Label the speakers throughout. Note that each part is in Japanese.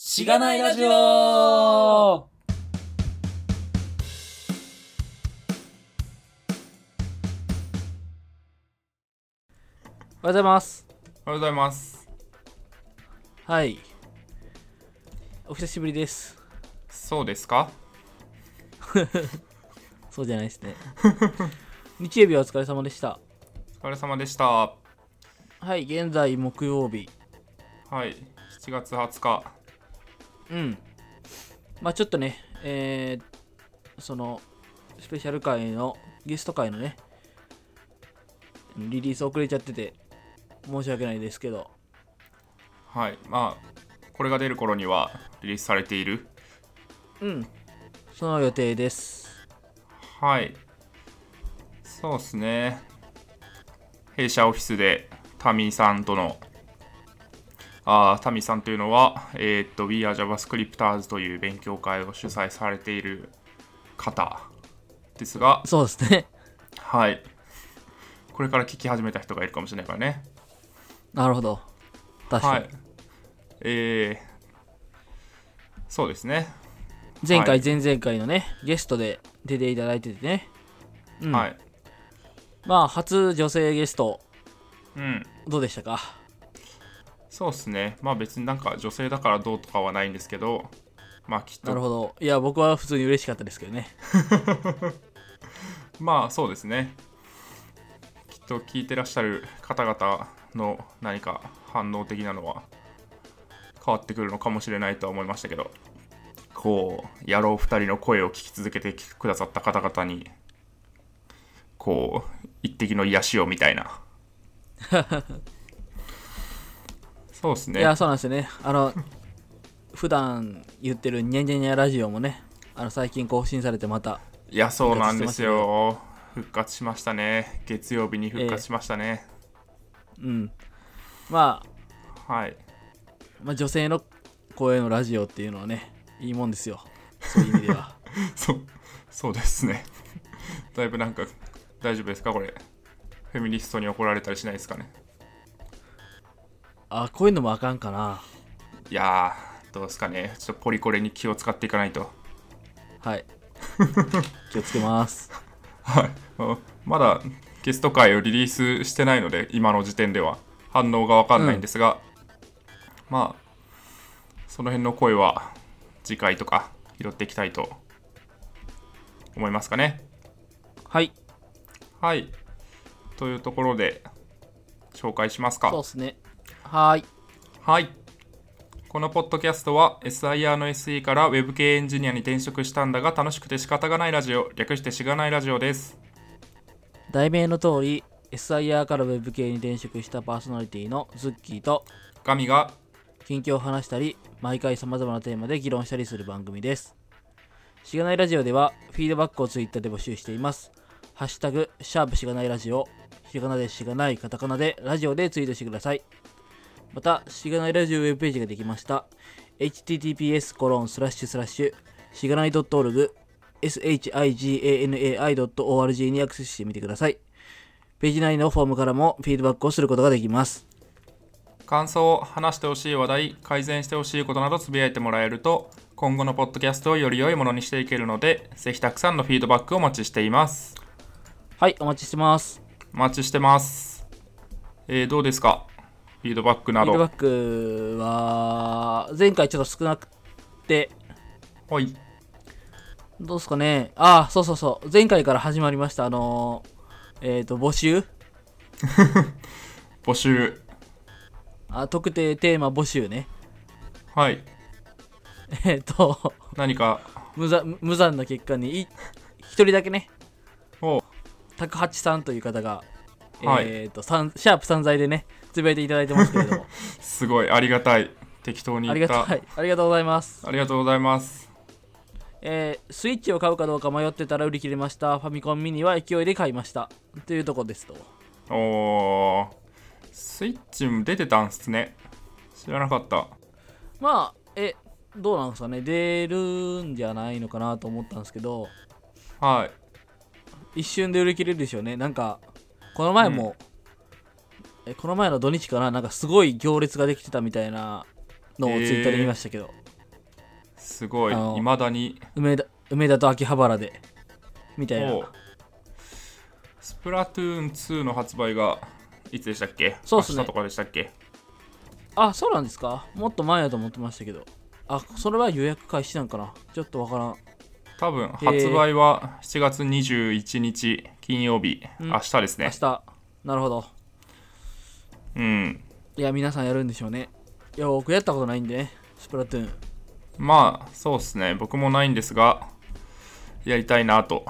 Speaker 1: しがないラジオおはようございます。
Speaker 2: おはようございます
Speaker 1: はい。お久しぶりです。
Speaker 2: そうですか
Speaker 1: そうじゃないですね。日曜日はお疲れ様でした。
Speaker 2: お疲れ様でしたは
Speaker 1: はい、現在木曜日。
Speaker 2: い7月20日
Speaker 1: うん。まあちょっとね、えー、その、スペシャル回の、ゲスト回のね、リリース遅れちゃってて、申し訳ないですけど、
Speaker 2: はいまあこれが出る頃にはリリースされている
Speaker 1: うん。その予定です。
Speaker 2: はいそうですね弊社オフィスでタミさんとのあータミさんというのは、えーっと We are JavaScripters という勉強会を主催されている方ですが、
Speaker 1: そうですね。
Speaker 2: はい、これから聞き始めた人がいるかもしれないからね。
Speaker 1: なるほど。確か
Speaker 2: は
Speaker 1: に。
Speaker 2: い。えー、そうですね。
Speaker 1: 前
Speaker 2: は
Speaker 1: 回、前々回のね、ゲストで出ていただいててね。うん。
Speaker 2: はい。
Speaker 1: まあ、初女性ゲスト、
Speaker 2: うん。
Speaker 1: どうでしたか
Speaker 2: そうですね。まあ別になんか女性だからどうとかはないんですけど、まあきっ
Speaker 1: なる
Speaker 2: と、
Speaker 1: ほど。いや、僕は普通に嬉しかったですけどね。
Speaker 2: まあそうですね。きっと聞いてらっしゃる方々の何か反応的なのは変わってくるのかもしれないとは思いましたけど、こう、野郎2人の声を聞き続けてくださった方々に、こう、一滴の癒しをみたい な。そうですね。
Speaker 1: いや、そうなんですよね。あの、普段言ってるニャニャニャラジオもね、あの最近更新されてまた、
Speaker 2: いや、そうなんですよ。復活しましたね。月曜日に復活しましたね。
Speaker 1: うん。まあ、
Speaker 2: はい。
Speaker 1: まあ、女性の声のラジオっていうのはね、いいもんですよ。そういう意味では。
Speaker 2: そう、そうですね。だいぶなんか、大丈夫ですかこれ。フェミニストに怒られたりしないですかね。
Speaker 1: あ、こういうのもあかんかな。
Speaker 2: いやー、どうですかね。ちょっとポリコレに気を使っていかないと。
Speaker 1: はい。気をつけます。
Speaker 2: はい。ままだゲスト会をリリースしてないので、今の時点では反応がわかんないんですが、まあ、その辺の声は次回とか拾っていきたいと思いますかね。
Speaker 1: はい。
Speaker 2: はい。というところで、紹介します
Speaker 1: そう
Speaker 2: か
Speaker 1: っ。すね。はーい。
Speaker 2: はい。このポッドキャストは SIR の SE から Web 系エンジニアに転職したんだが楽しくて仕方がないラジオ、略してしがないラジオです。
Speaker 1: 題名の通り、SIR から Web 系に転職したパーソナリティのズッキーと、
Speaker 2: ガミが
Speaker 1: 近況を話したり毎回さまざまなテーマで議論したりする番組ですしがないラジオではフィードバックをツイッターで募集していますハッシュタグシャープしがないラジオひらがなでしがないカタカナでラジオでツイートしてくださいまたしがないラジオウェブページができました https コロンスラッシュスラッシュしがない .org shiganai.org にアクセスしてみてくださいページ内のフォームからもフィードバックをすることができます
Speaker 2: 感想を話してほしい話題改善してほしいことなどつぶやいてもらえると今後のポッドキャストをより良いものにしていけるのでぜひたくさんのフィードバックをお待ちしています
Speaker 1: はいお待ちしてます
Speaker 2: お待ちしてますえー、どうですかフィードバックな
Speaker 1: フィードバ
Speaker 2: ど
Speaker 1: ックは前回ちょっと少なくて
Speaker 2: はい
Speaker 1: どうですかねああそうそうそう前回から始まりましたあのーえっ、と募集
Speaker 2: 募集
Speaker 1: あ特定テーマ募集ね
Speaker 2: はい
Speaker 1: えっ、と
Speaker 2: 何か
Speaker 1: 無残無残な結果にい一人だけね
Speaker 2: お
Speaker 1: タクハチさんという方が、
Speaker 2: はい
Speaker 1: えっ、とさんシャープ散財でねつぶやいていただいてますけれども
Speaker 2: すごいありがたい適当に
Speaker 1: あり
Speaker 2: 言っ
Speaker 1: が
Speaker 2: た
Speaker 1: たいありがとうございます
Speaker 2: ありがとうございます
Speaker 1: えースイッチを買うかどうか迷ってたら売り切れましたファミコンミニは勢いで買いましたというとこですと
Speaker 2: おースイッチも出てたんすね知らなかった
Speaker 1: まあえどうなんですかね出るんじゃないのかなと思ったんですけど
Speaker 2: はい
Speaker 1: 一瞬で売り切れるでしょうねなんかこの前も、えこの前の土日かななんかすごい行列ができてたみたいなのをツイッターで見ましたけど、
Speaker 2: すごい
Speaker 1: あの
Speaker 2: いまだに
Speaker 1: 梅田梅田と秋葉原でみたい
Speaker 2: もう
Speaker 1: な
Speaker 2: スプラトゥーン2の発売がいつでしたっけ
Speaker 1: そうっすね
Speaker 2: 明日とかでしたっけ
Speaker 1: あそうなんですかもっと前やと思ってましたけどあそれは予約開始なんかなちょっとわからん
Speaker 2: 多分
Speaker 1: へー
Speaker 2: 発売は7月21日金曜日、
Speaker 1: うん
Speaker 2: 明日です
Speaker 1: 明
Speaker 2: ね
Speaker 1: 日なるほど
Speaker 2: うん
Speaker 1: いや皆さんやるんでしょうねいや僕やったことないんでねスプラトゥーン
Speaker 2: まあそうですね僕もないんですがやりたいなと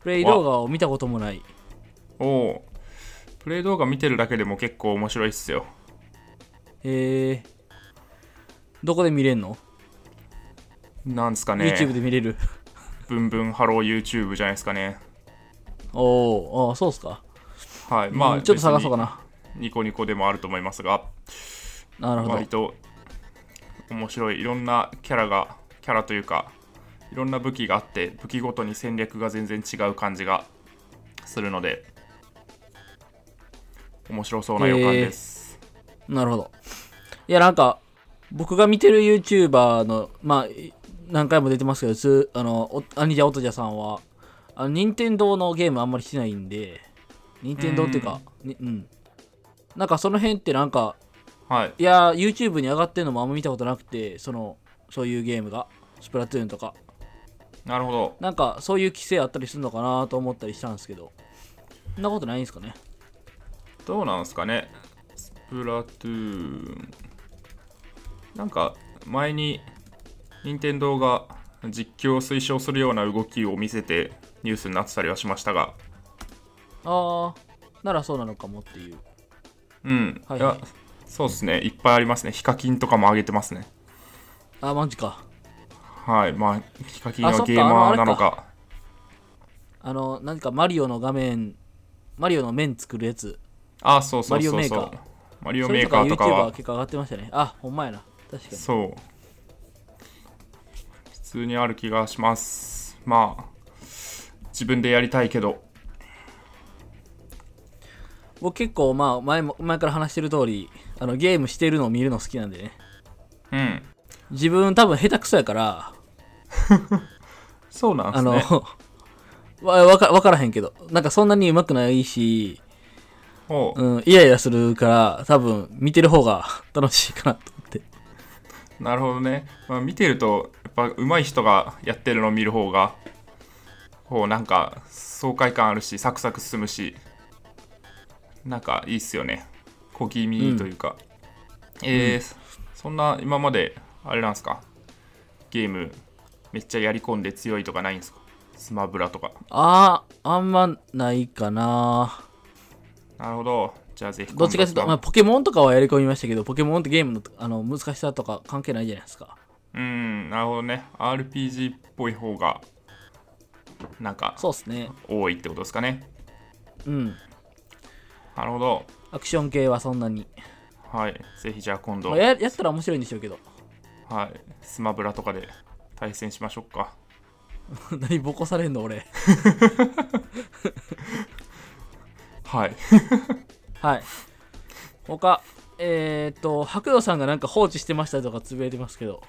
Speaker 1: プレイ動画を見たこともない
Speaker 2: おおプレイ動画見てるだけでも結構面白いっすよ
Speaker 1: えー、どこで見れんの、
Speaker 2: なんですかね
Speaker 1: ?YouTube で見れる
Speaker 2: ブンブンハロー YouTube じゃないですかね
Speaker 1: おーあーそうっすか
Speaker 2: はいまあ、
Speaker 1: うんちょっと探そうか
Speaker 2: 別
Speaker 1: な
Speaker 2: にニコニコでもあると思いますが
Speaker 1: なるほど
Speaker 2: 割と面白いいろんなキャラがキャラというかいろんな武器があって武器ごとに戦略が全然違う感じがするので面白そうな予感です、
Speaker 1: なるほど。いや、なんか、僕が見てる YouTuber の、まあ、い何回も出てますけど、つあの、おアニジャ・オトジャさんは、あの、任天堂のゲームあんまりしないんで、任天堂っていうか、にうん。なんかその辺ってなんか、
Speaker 2: はい
Speaker 1: いや、YouTube に上がってるのもあんま見たことなくて、その、そういうゲームが、スプラトゥーンとか、
Speaker 2: なるほど
Speaker 1: なんかそういう規制あったりするのかなと思ったりしたんですけど、そんなことないんですかね。
Speaker 2: どうなんですかねスプラトゥーンなんか前に任天堂が実況を推奨するような動きを見せてニュースになってたりはしましたが
Speaker 1: あー、ならそうなのかもっていう。
Speaker 2: うん、
Speaker 1: はい
Speaker 2: い
Speaker 1: はい
Speaker 2: やそうですねいっぱいありますねヒカキンとかも上げてますね
Speaker 1: あー、マジか。
Speaker 2: はいまあヒカキンは
Speaker 1: あそっか
Speaker 2: ゲーマーなのか
Speaker 1: あの、何かマリオの画面、マリオの面作るやつ。
Speaker 2: あそうそ
Speaker 1: マ
Speaker 2: う
Speaker 1: リオ
Speaker 2: そう
Speaker 1: メー
Speaker 2: そ
Speaker 1: カ
Speaker 2: うマリオ
Speaker 1: そ
Speaker 2: メ
Speaker 1: れ
Speaker 2: ー
Speaker 1: とか
Speaker 2: カーとか
Speaker 1: YouTuber
Speaker 2: は
Speaker 1: 結構上がってましたね。あ、ほんまやな。確かに。
Speaker 2: そう普通にある気がしますまあ自分でやりたいけど
Speaker 1: 僕結構、まあ、前も、前から話してる通り、あの、ゲームしてるのを見るの好きなんでね。
Speaker 2: うん
Speaker 1: 自分多分下手くそやから、
Speaker 2: そうなんで
Speaker 1: あ
Speaker 2: す
Speaker 1: の、
Speaker 2: ね
Speaker 1: わわかわからへんけど、なんかそんなに上手くないし、
Speaker 2: おう
Speaker 1: うん、イライラするから、多分見てる方が楽しいかなと思って。
Speaker 2: なるほどね、まあ、見てるとやっぱ上手い人がやってるのを見る方がこうなんか爽快感あるしサクサク進むしなんかいいっすよね小気味というか、えーそんな今まであれなんですかゲームめっちゃやり込んで強いとかないんですかスマブラとか
Speaker 1: あー、あんまないかな。
Speaker 2: なるほどじゃあぜひ今
Speaker 1: ど
Speaker 2: 度
Speaker 1: っちかというと、
Speaker 2: ス
Speaker 1: ま
Speaker 2: マ
Speaker 1: あ、ポケモンとかはやり込みましたけど、ポケモンってゲームのあの難しさとか関係ないじゃないですか。
Speaker 2: うんなるほどね RPG っぽい方がなんか
Speaker 1: そうっすね。
Speaker 2: 多いってことですかね
Speaker 1: うん。
Speaker 2: なるほど
Speaker 1: アクション系はそんなに。
Speaker 2: はい、ぜひじゃあ今度、
Speaker 1: まあ
Speaker 2: はい、
Speaker 1: ややったら面白いんでしょうけど。
Speaker 2: スマブラとかで対戦しましょうか。
Speaker 1: 何ボコされんの俺。
Speaker 2: はい。
Speaker 1: はい。他、えー、っと、白道さんがなんか放置してましたとかつぶやいてますけど。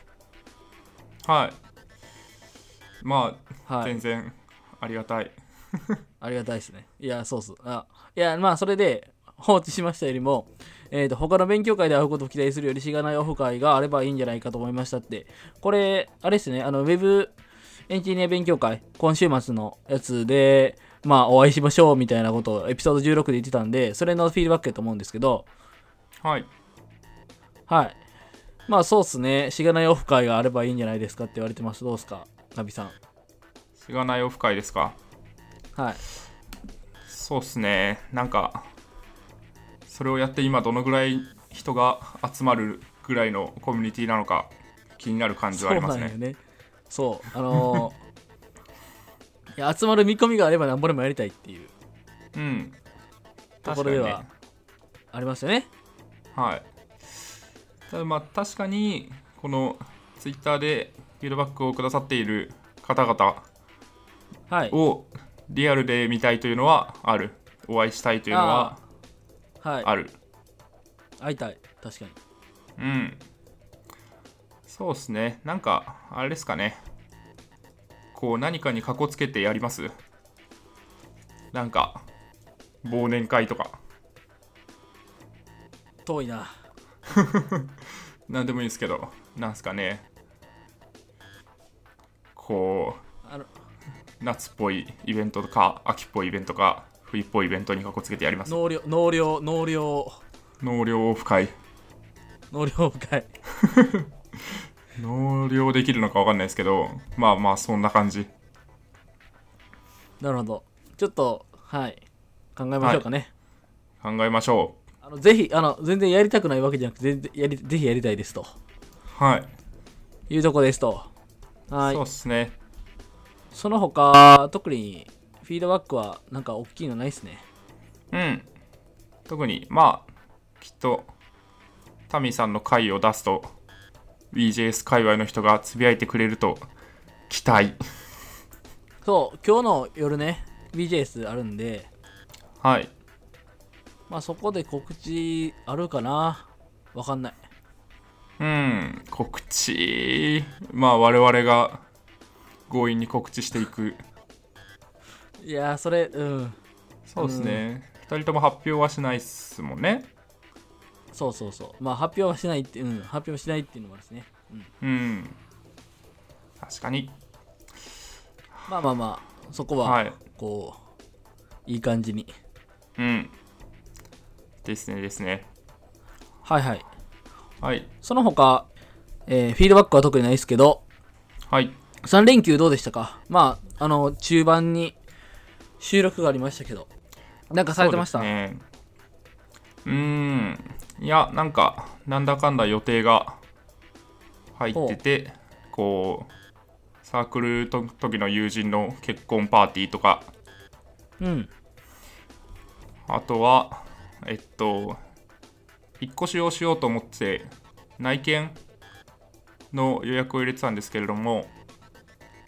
Speaker 2: はい。まあ、
Speaker 1: はい
Speaker 2: 全。然ありがたい。
Speaker 1: ありがたいですね。いや、そうっす。あいや、まあ、それで、放置しましたよりも、えー、と他の勉強会で会うことを期待するよりしがないオフ会があればいいんじゃないかと思いましたって、これ、あれですね、あのウェブエンジニア勉強会、今週末のやつで、まあ、お会いしましょうみたいなことをエピソード16で言ってたんで、それのフィードバックやと思うんですけど、
Speaker 2: はい。
Speaker 1: はい。まあ、そうっすね、しがないオフ会があればいいんじゃないですかって言われてます。どうっすか、ナビさん。
Speaker 2: しがないオフ会ですか
Speaker 1: はい。
Speaker 2: そうっすね。なんか、それをやって今どのぐらい人が集まるぐらいのコミュニティなのか気になる感じはあります
Speaker 1: そうなんよ
Speaker 2: ね。
Speaker 1: ね。そう、あのーいや集まる見込みがあればなんぼでもやりたいっていう
Speaker 2: うん。
Speaker 1: と
Speaker 2: 確
Speaker 1: こ
Speaker 2: か
Speaker 1: ろ
Speaker 2: に
Speaker 1: で
Speaker 2: ね
Speaker 1: はありますよね。
Speaker 2: はい。ただまあ確かにこのツイッターでフィードバックをくださっている方々
Speaker 1: はい。
Speaker 2: をリアルで見たいというのはある。お会いしたいというのは
Speaker 1: はい。
Speaker 2: ある。
Speaker 1: 会いたい。確かに。
Speaker 2: うん。そうですね。なんか、あれですかね。こう、何かにかこつけてやりますなんか、忘年会とか。
Speaker 1: 遠いな
Speaker 2: なんでもいいですけど、なんですかね。こ
Speaker 1: あの
Speaker 2: う、夏っぽいイベントとか、秋っぽいイベントとか、冬っぽいイベントにかこつけてやります。
Speaker 1: 納涼納涼納涼
Speaker 2: 納涼オフ会。
Speaker 1: 納涼深い
Speaker 2: 納涼できるのかわかんないですけど、まあまあ、そんな感じ。
Speaker 1: なるほどちょっとはい考えましょうかね、
Speaker 2: 考えましょ
Speaker 1: あのぜひあの全然やりたくないわけじゃなくて全然やりぜひやりたいですと
Speaker 2: う。はい。
Speaker 1: いうとこですとはい
Speaker 2: そうですね。
Speaker 1: その他特にフィードバックはなんか大きいのないですね
Speaker 2: うん。特に、まあ、きっと、タミさんの回を出すと、BJS 界隈の人がつぶやいてくれると、期待。
Speaker 1: そう今日の夜ね BJS あるんで
Speaker 2: はい。
Speaker 1: まあそこで告知あるかなわかんない
Speaker 2: うん、告知。まあ、我々が強引に告知していく。
Speaker 1: いやーそれうん
Speaker 2: そうですね。2人とも発表はしないっすもんね。
Speaker 1: そうそうそうまあ発表はしないってうん発表しないっていうのもあるしね
Speaker 2: うん。確かに。
Speaker 1: まあまあまあそこ
Speaker 2: は。
Speaker 1: はいこういい感じに
Speaker 2: うん。ですね、ですね。
Speaker 1: はいはい
Speaker 2: はい。
Speaker 1: その他、えーフィードバックは特にないですけど
Speaker 2: はい。
Speaker 1: 3連休どうでしたかまああの中盤に収録がありましたけどなんかされてました
Speaker 2: そうですね、うーんいやなんかなんだかんだ予定が入っててこうサークルの時の友人の結婚パーティーとか
Speaker 1: うん
Speaker 2: あとはえっと引っ越しをしようと思って内見の予約を入れてたんですけれども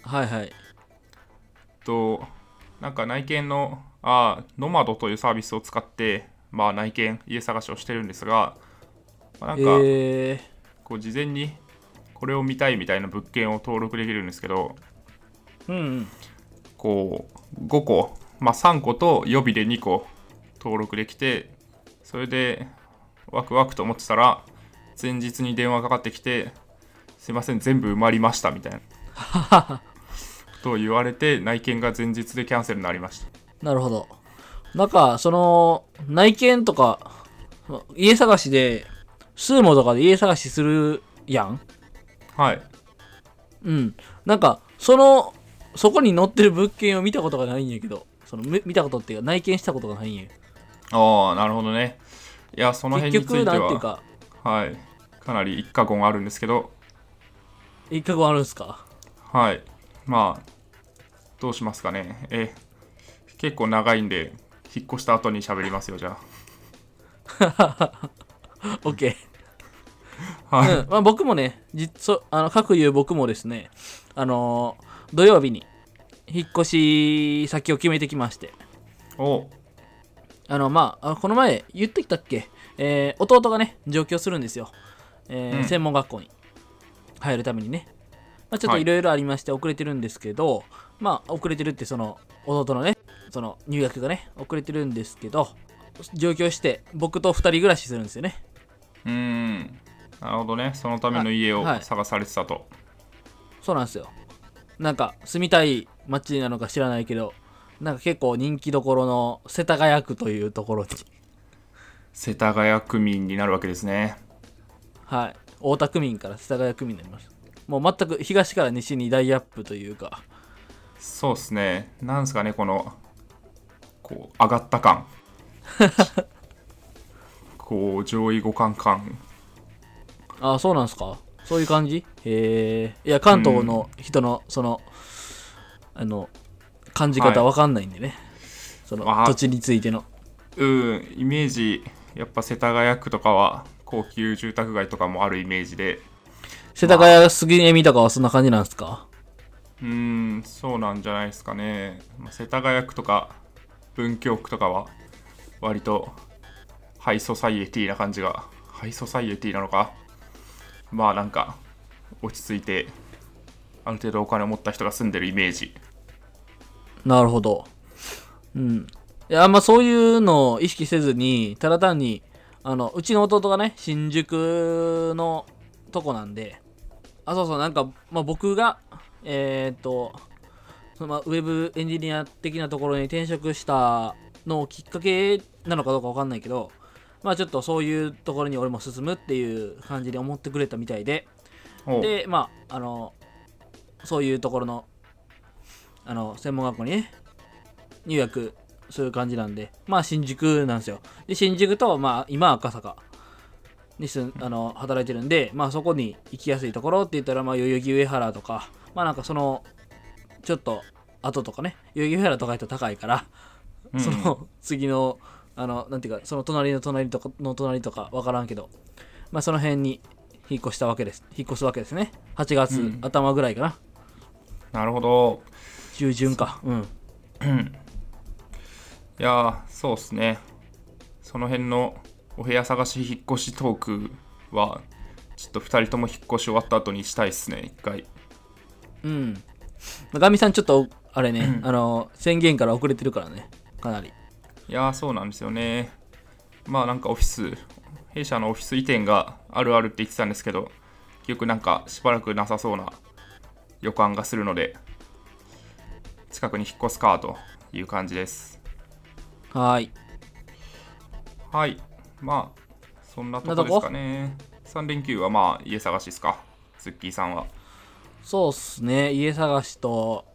Speaker 1: はいはい
Speaker 2: えっとなんか内見のあーノマドというサービスを使って、まあ、内見家探しをしてるんですが、まあなんか、
Speaker 1: え
Speaker 2: こう事前にこれを見たいみたいな物件を登録できるんですけど
Speaker 1: ー、うんうん
Speaker 2: こう5個、まあ、3個と予備で2個登録できてそれでワクワクと思ってたら前日に電話かかってきて「すいません全部埋まりました」みたい なことを言われて内見が前日でキャンセルになりました
Speaker 1: なるほど。なんか、その、内見とか、ま家探しで、スーモとかで家探しするやん
Speaker 2: はい
Speaker 1: うん。なんか、その、そこに載ってる物件を見たことがないんやけど、そのむ見たことっていうか、内見したことがないんや。
Speaker 2: ああなるほどねいやその
Speaker 1: 結
Speaker 2: 辺につい
Speaker 1: 局、
Speaker 2: て
Speaker 1: なんていう
Speaker 2: は
Speaker 1: か、
Speaker 2: はいかなり一過言あるんですけど
Speaker 1: 一角あるんすか
Speaker 2: はい。まあ、どうしますかね。え、結構長いんで、引っ越した後に喋りますよ、じゃ
Speaker 1: ?OK。
Speaker 2: あ。はい。
Speaker 1: うん。まあ、僕もね、実そあの、各言う僕もですね、あのー土曜日に、引っ越し先を決めてきまして、
Speaker 2: お
Speaker 1: あの、まあ、あのこの前言ってきたっけ、えー弟がね、上京するんですよ。えー
Speaker 2: うん
Speaker 1: 専門学校に入るためにね。まあ、ちょっと
Speaker 2: はい
Speaker 1: いろいろありまして遅れてるんですけど、まあ、遅れてるってその、弟のね、その入学がね、遅れてるんですけど、上京して僕と2人暮らしするんですよね。
Speaker 2: うーん。なるほどね。そのための家を
Speaker 1: はい
Speaker 2: 探されてたと。
Speaker 1: そうなんですよ。なんか、住みたい街なのか知らないけど、なんか結構人気どころの世田谷区というところに、
Speaker 2: 世田谷区民になるわけですね。
Speaker 1: はい、大田区民から世田谷区民になりましたもう全く東から西に大アップというか
Speaker 2: そうですね。なんですかね、この、こう、上がっ た感。こう、上位互換感。
Speaker 1: ああそうなんですかそういう感じへえいや関東の人のその、あの感じ方
Speaker 2: はい
Speaker 1: わかんないんでね、その
Speaker 2: あー
Speaker 1: 土地についての
Speaker 2: うん、イメージ、やっぱ世田谷区とかは、高級住宅街とかもあるイメージで、
Speaker 1: 世田谷杉並とかはそんな感じなんですか
Speaker 2: うーん、そうなんじゃないですかね。まあ世田谷区とか文京区とかは割とハイソサイエティな感じが、ハイソサイエティなのか、まあなんか落ち着いてある程度お金を持った人が住んでるイメージ
Speaker 1: なるほど。うん。いや、あんまそういうのを意識せずに、ただ単に、あの、うちの弟がね、新宿のとこなんで、あ、そうそう、なんか、まあ、僕が、えーっと、そのまあ、ウェブエンジニア的なところに転職したのをきっかけなのかどうかわかんないけど、まあちょっとそういうところに俺も進むっていう感じで思ってくれたみたいで、
Speaker 2: おう
Speaker 1: でまああのそういうところのあの専門学校にね入学する感じなんでまあ新宿なんですよで新宿とまあ今赤坂に住んあの働いてるんでまあそこに行きやすいところって言ったらまあ代々木上原とかまあなんかそのちょっと後とかね代々木上原とかやったら高いから
Speaker 2: うん
Speaker 1: その次のあのなんていうかその隣の隣とかの隣とか分からんけどまあその辺に引っ越したわけです引っ越すわけですね8月、
Speaker 2: うん
Speaker 1: 頭ぐらいかな
Speaker 2: なるほど
Speaker 1: 中旬かうん
Speaker 2: いやーそうっすねその辺のお部屋探し引っ越しトークはちょっと2人とも引っ越し終わった後にしたいっすね一回
Speaker 1: うんガミさんちょっとあれねあの宣言から遅れてるからねかなり
Speaker 2: いやーそうなんですよねまあなんかオフィス弊社のオフィス移転があるあるって言ってたんですけど結局なんかしばらくなさそうな予感がするので近くに引っ越すかという感じです
Speaker 1: はーい
Speaker 2: はいまあそんなと
Speaker 1: なと
Speaker 2: こで
Speaker 1: こ
Speaker 2: すかね3連休はまあ家探しですかツッキーさんは
Speaker 1: そうっすね家探しと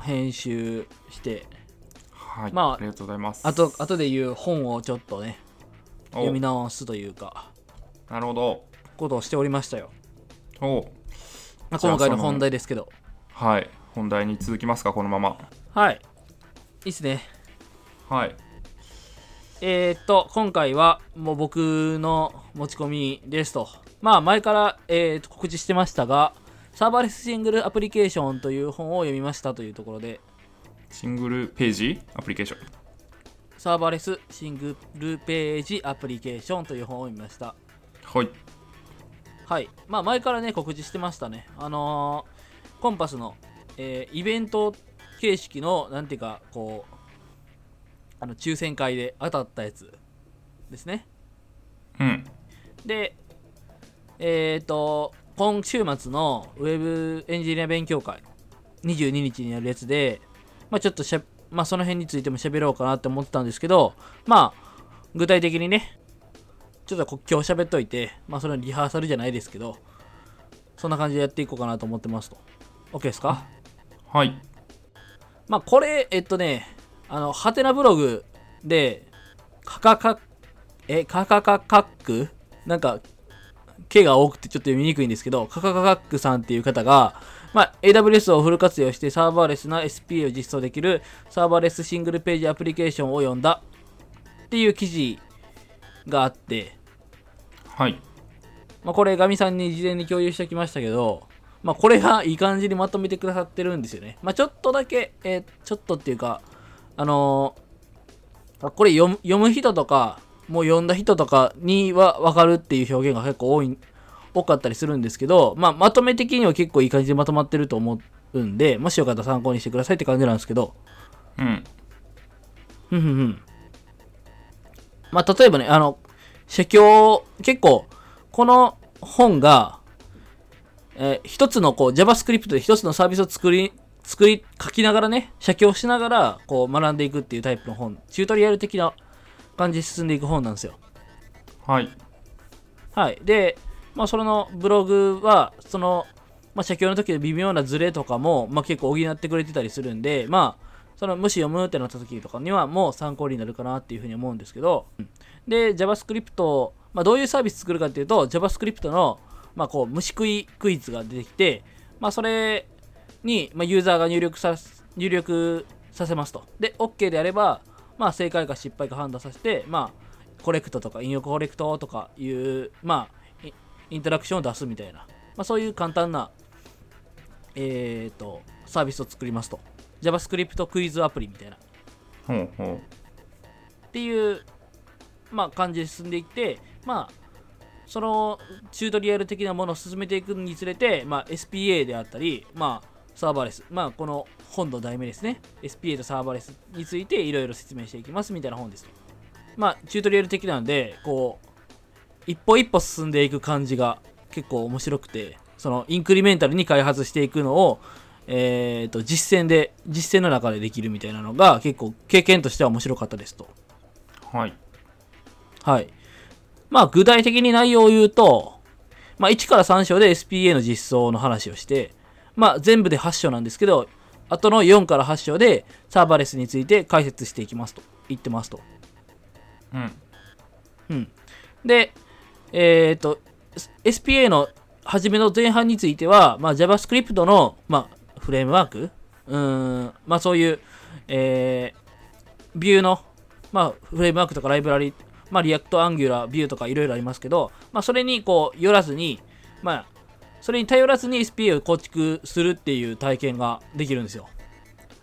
Speaker 1: 編集して
Speaker 2: はい、
Speaker 1: まあ
Speaker 2: あ、りがとうございます
Speaker 1: あと後で言う本をちょっとね
Speaker 2: お
Speaker 1: 読み直すというか
Speaker 2: なるほど
Speaker 1: ことをしておりましたよ、
Speaker 2: お
Speaker 1: まあ
Speaker 2: じゃあ
Speaker 1: 今回の
Speaker 2: その
Speaker 1: 本題ですけど
Speaker 2: はい本題に続きますかこのまま
Speaker 1: はいいいっすね
Speaker 2: はい
Speaker 1: えー、っと今回はもう僕の持ち込みですとまあ前から、えーっと告知してましたがサーバーレスシングルアプリケーションという本を読みましたというところで
Speaker 2: シングルページアプリケーション
Speaker 1: サーバーレスシングルページアプリケーションという本を読みました
Speaker 2: はい
Speaker 1: はいまあ前からね告知してましたねあのーコンパスの、えーイベント形式のなんていうかこうあの抽選会で当たったやつですね
Speaker 2: うん
Speaker 1: で、えっ、と、今週末のウェブエンジニア勉強会、22日にやるやつで、まあちょっとしゃ、まあその辺についても喋ろうかなって思ってたんですけど、まあ、具体的にね、ちょっとこ今日喋っといて、まあそれのリハーサルじゃないですけど、そんな感じでやっていこうかなと思ってますと。OK ですか
Speaker 2: はい
Speaker 1: まあこれ、えっとね、あの、ハテナブログで、カカカ、え、カカカカックなんか、K が多くてちょっと読みにくいんですけど、カカカカックさんっていう方が、まあ、AWS をフル活用してサーバーレスな SPA を実装できるサーバーレスシングルページアプリケーションを読んだっていう記事があって、
Speaker 2: はい
Speaker 1: まあ、これガミさんに事前に共有しておきましたけど、まあ、これがいい感じにまとめてくださってるんですよね。まあ、ちょっとだけ、えーちょっとっていうか、あのーあこれ読む読む人とか、もう読んだ人とかには分かるっていう表現が結構多い多かったりするんですけど、まあ、まとめ的には結構いい感じでまとまってると思うんで、もしよかったら参考にしてくださいって感じなんですけど、
Speaker 2: うん
Speaker 1: ふんふんふん。まあ、例えばね、あの、写経、結構、この本が、えー一つのこう JavaScript で一つのサービスを作り、作り、書きながらね、写経しながら、こう学んでいくっていうタイプの本、チュートリアル的な感じで進んでいく本なんですよ。
Speaker 2: はい
Speaker 1: はい。で、まあ、そのブログは、その、まあ、写経の時の微妙なズレとかも、まあ、結構補ってくれてたりするんで、まあ、その、もし読むってなった時とかには、もう参考になるかなっていうふうに思うんですけど、うんで、JavaScript、まあ、どういうサービス作るかっていうと、JavaScript の、まあ、こう、虫食いクイズが出てきて、まあ、それに、まあ、ユーザーが入力さす、入力させますと。で、OK であれば、まあ、正解か失敗か判断させて、まあ、コレクトとか引用コレクトとかいう、まあ、イインタラクションを出すみたいな、まあ、そういう簡単な、えー、とサービスを作りますと JavaScript クイズアプリみたいなっ
Speaker 2: ほうほ
Speaker 1: ていう、まあ、感じで進んでいって、まあ、そのチュートリアル的なものを進めていくにつれて、まあ、SPA であったり、まあ、サーバーレス、まあ、この本の題名ですね SPA とサーバーレスについていろいろ説明していきますみたいな本ですまあチュートリアル的なんでこう一歩一歩進んでいく感じが結構面白くてそのインクリメンタルに開発していくのをえー、と実践で実践の中でできるみたいなのが結構経験としては面白かったですと
Speaker 2: はい。
Speaker 1: はい。まあ、具体的に内容を言うと、まあ、1から3章で SPA の実装の話をして、まあ、全部で8章なんですけど、あとの4から8章でサーバーレスについて解説していきますと、言ってますと。
Speaker 2: うん。
Speaker 1: うん。で、えっ、と、S- SPA の初めの前半については、まあ、JavaScript の、まあ、フレームワークうーん、まあ、そういう、えー、ビューの、まあ、フレームワークとかライブラリ、まあ、リアクト、アンギュラー、ビューとかいろいろありますけど、まあ、それにこう、よらずに、まあ、それに頼らずに SPA を構築するっていう体験ができるんですよ。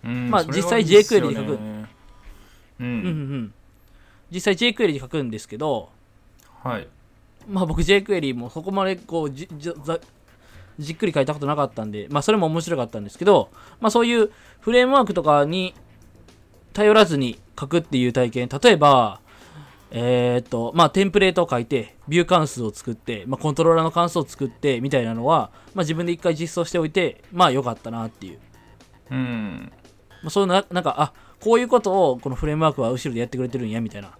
Speaker 2: うん
Speaker 1: まあ
Speaker 2: それは
Speaker 1: 実際
Speaker 2: いいっす
Speaker 1: JQuery
Speaker 2: よ
Speaker 1: に書く
Speaker 2: ねう。
Speaker 1: うんうんんうん。実際 JQuery に書くんですけど、
Speaker 2: はい。
Speaker 1: まあ僕 J クエリもそこまでこうじじざじっくり書いたことなかったんで、まあそれも面白かったんですけど、まあそういうフレームワークとかに頼らずに書くっていう体験、例えば、えーっと、まあテンプレートを書いて、ビュー関数を作って、まあコントローラーの関数を作ってみたいなのは、まあ自分で一回実装しておいて、まあ良かったなっていう。
Speaker 2: うん。
Speaker 1: まあそういうな、なんか、あ、こういうことをこのフレームワークは後ろでやってくれてるんやみたいな。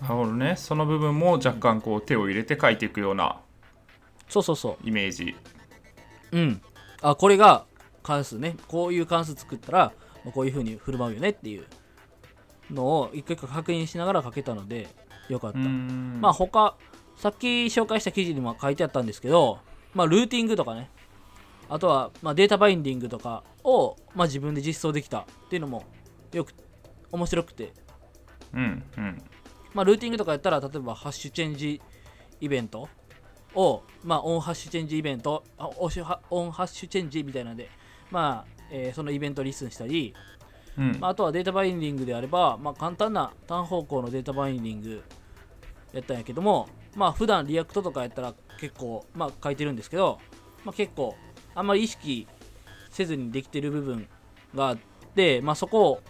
Speaker 2: なるほどね。その部分も若干こう手を入れて書いていくような
Speaker 1: そうそうそう。
Speaker 2: イメージ。
Speaker 1: うん。あ、これが関数ね。こういう関数作ったら、まあこういう風に振る舞うよねっていうのを一回一回確認しながら書けたので、よかっ
Speaker 2: う
Speaker 1: た。
Speaker 2: ん。
Speaker 1: まあ他、さっき紹介した記事にも書いてあったんですけど、まあルーティングとかね、あとはまあデータバインディングとかを、まあ、自分で実装できたっていうのもよく面白くて、
Speaker 2: うん。うん。
Speaker 1: まあ、ルーティングとかやったら例えばハッシュチェンジイベントを、まあ、オンハッシュチェンジイベントあオシュハオンハッシュチェンジみたいなので、まあえーそのイベントリスンしたり、
Speaker 2: うん。
Speaker 1: まあ、あとはデータバインディングであれば、まあ、簡単な単方向のデータバインディングやったんやけども、まあ普段リアクトとかやったら結構、まあ、書いてるんですけど、まあ、結構あんまり意識せずにできてる部分があって、まあ、そこを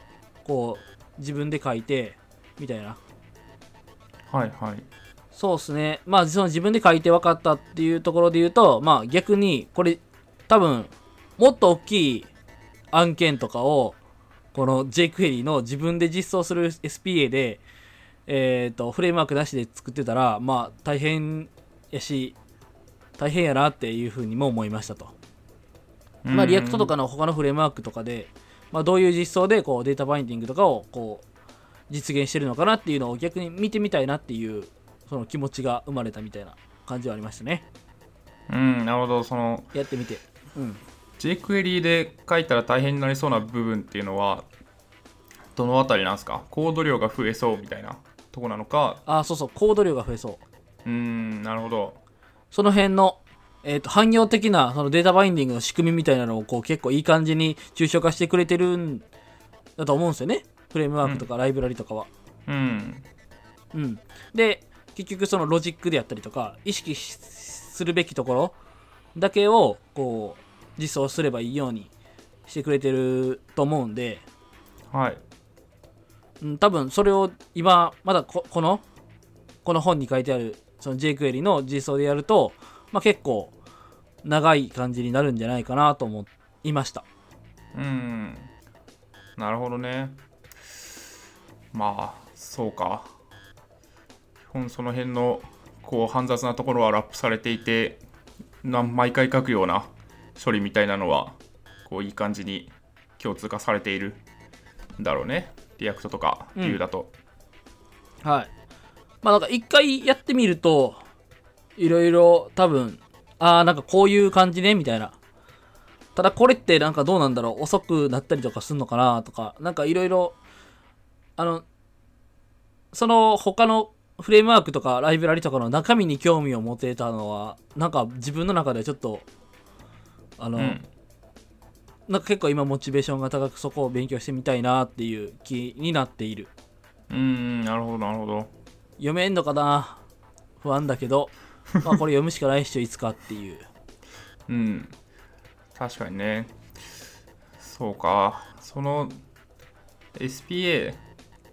Speaker 1: こう自分で書いてみたいな
Speaker 2: はいはい。
Speaker 1: そうですね。まあ、その自分で書いて分かったっていうところで言うと、まあ逆に、これ多分、もっと大きい案件とかを、この JQuery の自分で実装する SPA で、えっ、と、フレームワークなしで作ってたら、まあ大変やし、大変やなっていうふうにも思いましたと。まあ、リアクトとかの他のフレームワークとかで、まあ、どういう実装でこうデータバインディングとかをこう実現してるのかなっていうのを逆に見てみたいなっていうその気持ちが生まれたみたいな感じはありましたね
Speaker 2: うん、なるほど。その
Speaker 1: やってみてうん
Speaker 2: JQuery で書いたら大変になりそうな部分っていうのは、どのあたりなんですかコード量が増えそうみたいなとこなのか。
Speaker 1: ああそうそうコード量が増えそう
Speaker 2: うん、なるほど。
Speaker 1: その辺のえー、と汎用的なそのデータバインディングの仕組みみたいなのをこう結構いい感じに抽象化してくれてるんだと思うんですよねフレームワークとかライブラリとかは、
Speaker 2: うん。
Speaker 1: うん、で結局そのロジックであったりとか意識しするべきところだけをこう実装すればいいようにしてくれてると思うんで、
Speaker 2: はい。
Speaker 1: うん、多分それを今まだここのこの本に書いてあるその JQuery の実装でやると、まあ、結構長い感じになるんじゃないかなと思いました。
Speaker 2: うん。なるほどね。まあ、そうか。基本その辺の、こう、煩雑なところはラップされていて、な毎回書くような処理みたいなのは、こう、いい感じに共通化されているんだろうね。リアクトとか、
Speaker 1: うん
Speaker 2: 理由だと。
Speaker 1: はい。まあなんか一回やってみると、いろいろ多分、ああ、なんかこういう感じね、みたいな。ただこれってなんかどうなんだろう遅くなったりとかすんのかなとか、なんかいろいろ、あの、その他のフレームワークとかライブラリとかの中身に興味を持てたのは、なんか自分の中でちょっと、あの、
Speaker 2: うん。
Speaker 1: なんか結構今モチベーションが高くそこを勉強してみたいなっていう気になっている。
Speaker 2: うん、なるほど、なるほど。
Speaker 1: 読めんのかな不安だけ ど、まあこれ読むしかないっしょ、いつかっていう。
Speaker 2: うん確かにねそうかその SPA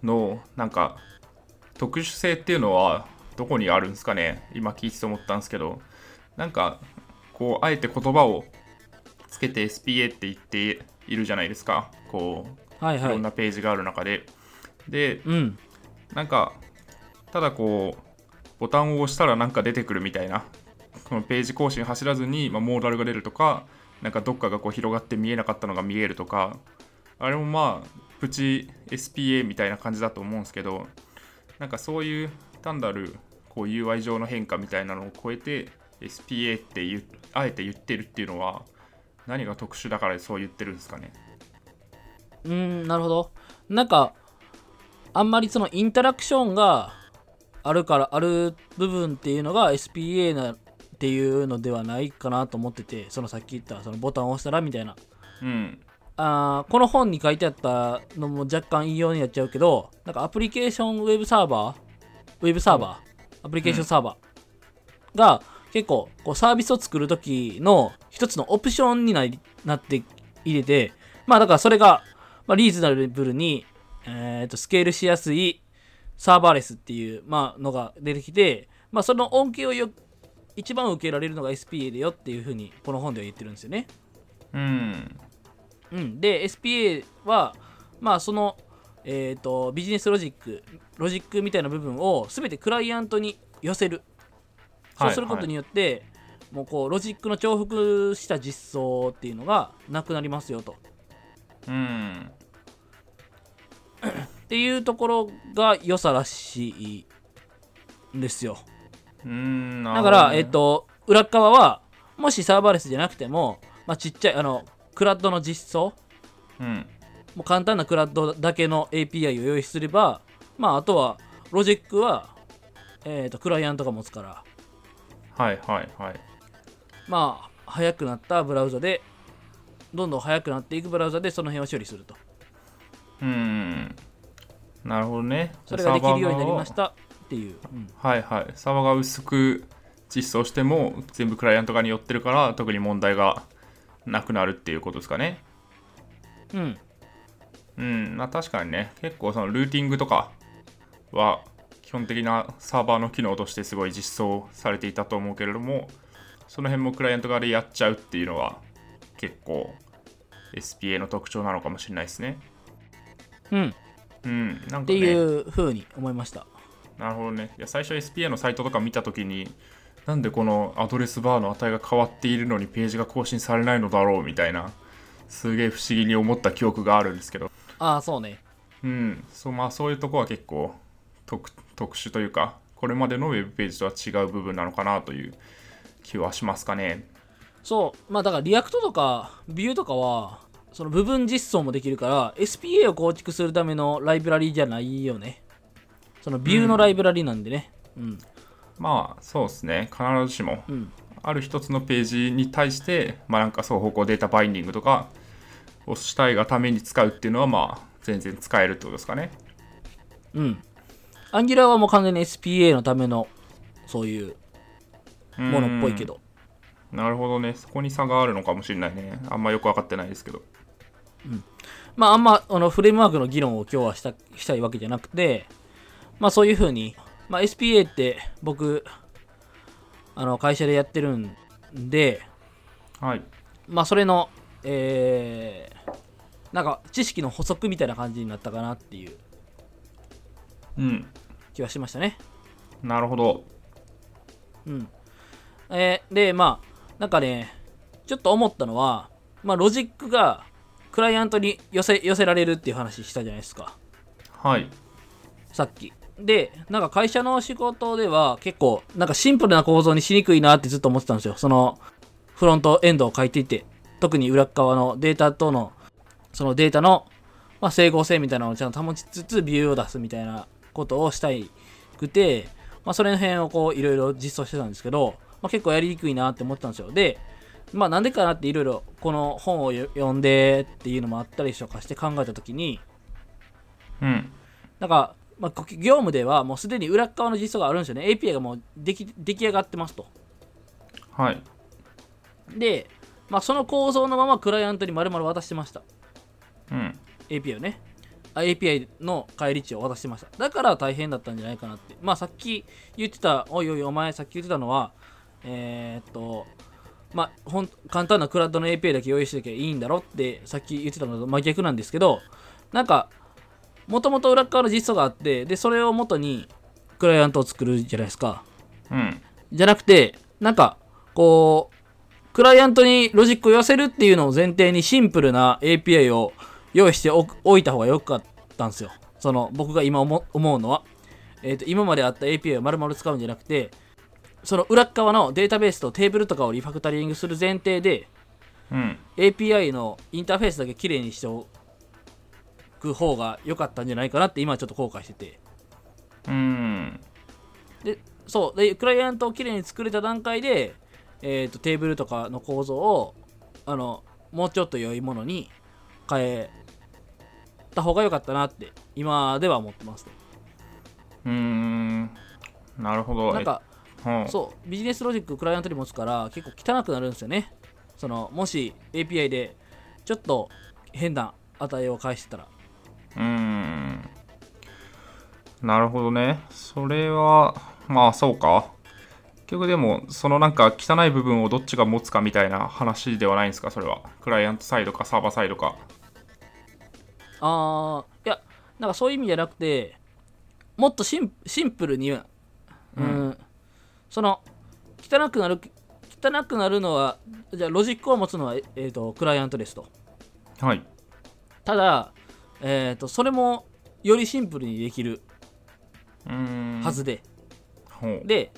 Speaker 2: のなんか特殊性っていうのはどこにあるんですかね今聞いてて思ったんですけどなんかこうあえて言葉をつけて SPA って言っているじゃないですかこ
Speaker 1: はいう
Speaker 2: い
Speaker 1: は
Speaker 2: ろん
Speaker 1: い。
Speaker 2: なページがある中で、で
Speaker 1: うん。
Speaker 2: なんかただこうボタンを押したらなんか出てくるみたいなこのページ更新走らずに、まあ、モーダルが出るとかなんかどっかがこう広がって見えなかったのが見えるとかあれもまあプチ SPA みたいな感じだと思うんですけどなんかそういう単なるこう UI 上の変化みたいなのを超えて SPA って言うあえて言ってるっていうのは何が特殊だからそう言ってるんですかね
Speaker 1: うーん、なるほど。なんか、あんまりそのインタラクションがあるから、ある部分っていうのが SPA なっていうのではないかなと思ってて、そのさっき言った、そのボタンを押したらみたいな。
Speaker 2: うん
Speaker 1: あーこの本に書いてあったのも若干引用になっちゃうけど、なんかアプリケーションウェブサーバーウェブサーバーアプリケーションサーバーが結構こうサービスを作るときの一つのオプションになりなっていれて、まあだからそれが、まあ、リーズナブルに、えー、とスケールしやすいサーバーレスっていう、まあのが出てきて、まあその恩恵をよ一番受けられるのが SPA だよっていうふうにこの本では言ってるんですよね。
Speaker 2: うん
Speaker 1: うん、で SPA はまあその、えー、とビジネスロジックロジックみたいな部分を全てクライアントに寄せるそうすることによって、もうこうロジックの重複した実装っていうのがなくなりますよと
Speaker 2: うん
Speaker 1: っていうところが良さらしいんですよ
Speaker 2: うんなる
Speaker 1: だ
Speaker 2: ほ
Speaker 1: か
Speaker 2: ど
Speaker 1: ら、
Speaker 2: ね
Speaker 1: えっ、と、裏側は、もしサーバーレスじゃなくても、まあ、ちっちゃい、あの、クラッドの実装、
Speaker 2: うん
Speaker 1: もう簡単なクラッドだけの API を用意すれば、まあ、あとは、ロジックは、えっ、と、クライアントが持つから、
Speaker 2: はいはいはい。
Speaker 1: まあ、早くなったブラウザで、どんどん速くなっていくブラウザでその辺を処理すると。
Speaker 2: うん。なるほどね。
Speaker 1: それができるようになりまし
Speaker 2: サーバー
Speaker 1: たっていう。うん
Speaker 2: 側を。はいはい。サーバーが薄く実装しても全部クライアント側に寄ってるから特に問題がなくなるっていうことですかね。
Speaker 1: うん。
Speaker 2: うん。まあ確かにね。結構そのルーティングとかは基本的なサーバーの機能としてすごい実装されていたと思うけれどもその辺もクライアント側でやっちゃうっていうのは結構 SPA の特徴なのかもしれないですね。
Speaker 1: うん。っ
Speaker 2: うん。なんかね。
Speaker 1: ていうふうに思いました。
Speaker 2: なるほどね。いや最初 SPA のサイトとか見たときに、なんでこのアドレスバーの値が変わっているのにページが更新されないのだろうみたいな、すげえ不思議に思った記憶があるんですけど、
Speaker 1: ああ、そうね。
Speaker 2: うん、そうまあ、そういうとこは結構特特殊というか、これまでのウェブページとは違う部分なのかなという気はしますかね。
Speaker 1: そうまあだからリアクトとかビューとかはその部分実装もできるから SPA を構築するためのライブラリじゃないよねそのビューのライブラリなんでねうん
Speaker 2: まあそうですね、必ずしも
Speaker 1: う、ん
Speaker 2: ある一つのページに対して、まあなんか双方向データバインディングとかをしたいがために使うっていうのは、まあ全然使えるってことですかね。
Speaker 1: うんアンギュラーはもう完全に SPA のためのそういうものっぽいけど
Speaker 2: なるほどね。そこに差があるのかもしれないね。あんまよくわかってないですけど。
Speaker 1: まああんまあのフレームワークの議論を今日はしたしたいわけじゃなくてまあそういうふうに、まあ、SPA って僕あの会社でやってるんで
Speaker 2: はい。
Speaker 1: まあそれの、えー、なんか知識の補足みたいな感じになったかなっていう
Speaker 2: うん。
Speaker 1: 気はしましたね。
Speaker 2: なるほど。
Speaker 1: うん。えーで、まあ、なんかね、ちょっと思ったのは、まあロジックがクライアントに寄せ寄せられるっていう話したじゃないですか、
Speaker 2: はい。
Speaker 1: さっき。で、なんか会社の仕事では結構、なんかシンプルな構造にしにくいなってずっと思ってたんですよ。その、フロントエンドを書いていて、特に裏側のデータとの、そのデータの、まあ、整合性みたいなのをちゃんと保ちつつ、ビューを出すみたいなことをしたいくて、まあ、それの辺をこう、いろいろ実装してたんですけど、まあ、結構やりにくいなって思ってたんですよ。で、まあ、なんでかなっていろいろこの本をよ読んでっていうのもあったりとかして考えたときに、
Speaker 2: うん。
Speaker 1: なんかまあ、こ業務ではもうすでに裏側の実装があるんですよね API がもうでき出来上がってますと
Speaker 2: はい。
Speaker 1: で、まあ、その構造のままクライアントに丸々渡してました
Speaker 2: うん。
Speaker 1: API をねあ API の返り値を渡してましただから大変だったんじゃないかなってまあさっき言ってたおいおいお前さっき言ってたのはえーっとまあほん簡単なクラウドの API だけ用意しておけばいいんだろってさっき言ってたのと真逆なんですけどなんかもともと裏側の実装があってでそれを元にクライアントを作るじゃないですか
Speaker 2: うん。
Speaker 1: じゃなくてなんかこうクライアントにロジックを寄せるっていうのを前提にシンプルな API を用意しておくおいた方がよかったんですよその僕が今思思うのは、えーと今まであった API を丸々使うんじゃなくてその裏っ側のデータベースとテーブルとかをリファクタリングする前提で
Speaker 2: うん。
Speaker 1: API のインターフェースだけ綺麗にしておく方が良かったんじゃないかなって今ちょっと後悔してて
Speaker 2: うん。
Speaker 1: でそうでクライアントをきれいに作れた段階で、えー、とテーブルとかの構造をあのもうちょっと良いものに変えた方が良かったなって今では思ってますと
Speaker 2: うーん。なるほど。
Speaker 1: なんか
Speaker 2: え、うん、
Speaker 1: そうビジネスロジッククライアントに持つから結構汚くなるんですよねそのもし API でちょっと変な値を返してたら
Speaker 2: うーん。なるほどね。それは、まあそうか。結局でも、そのなんか汚い部分をどっちが持つかみたいな話ではないんですか、それは。クライアントサイドかサーバーサイドか。
Speaker 1: あーいやなんかそういう意味じゃなくてもっとシンシンプルに、うん
Speaker 2: うん
Speaker 1: その汚くなる汚くなるのはじゃあロジックを持つのは、ええーとクライアントですと
Speaker 2: はい。
Speaker 1: ただ、えー、とそれもよりシンプルにできる
Speaker 2: うーん。
Speaker 1: はずで、
Speaker 2: ほう。
Speaker 1: で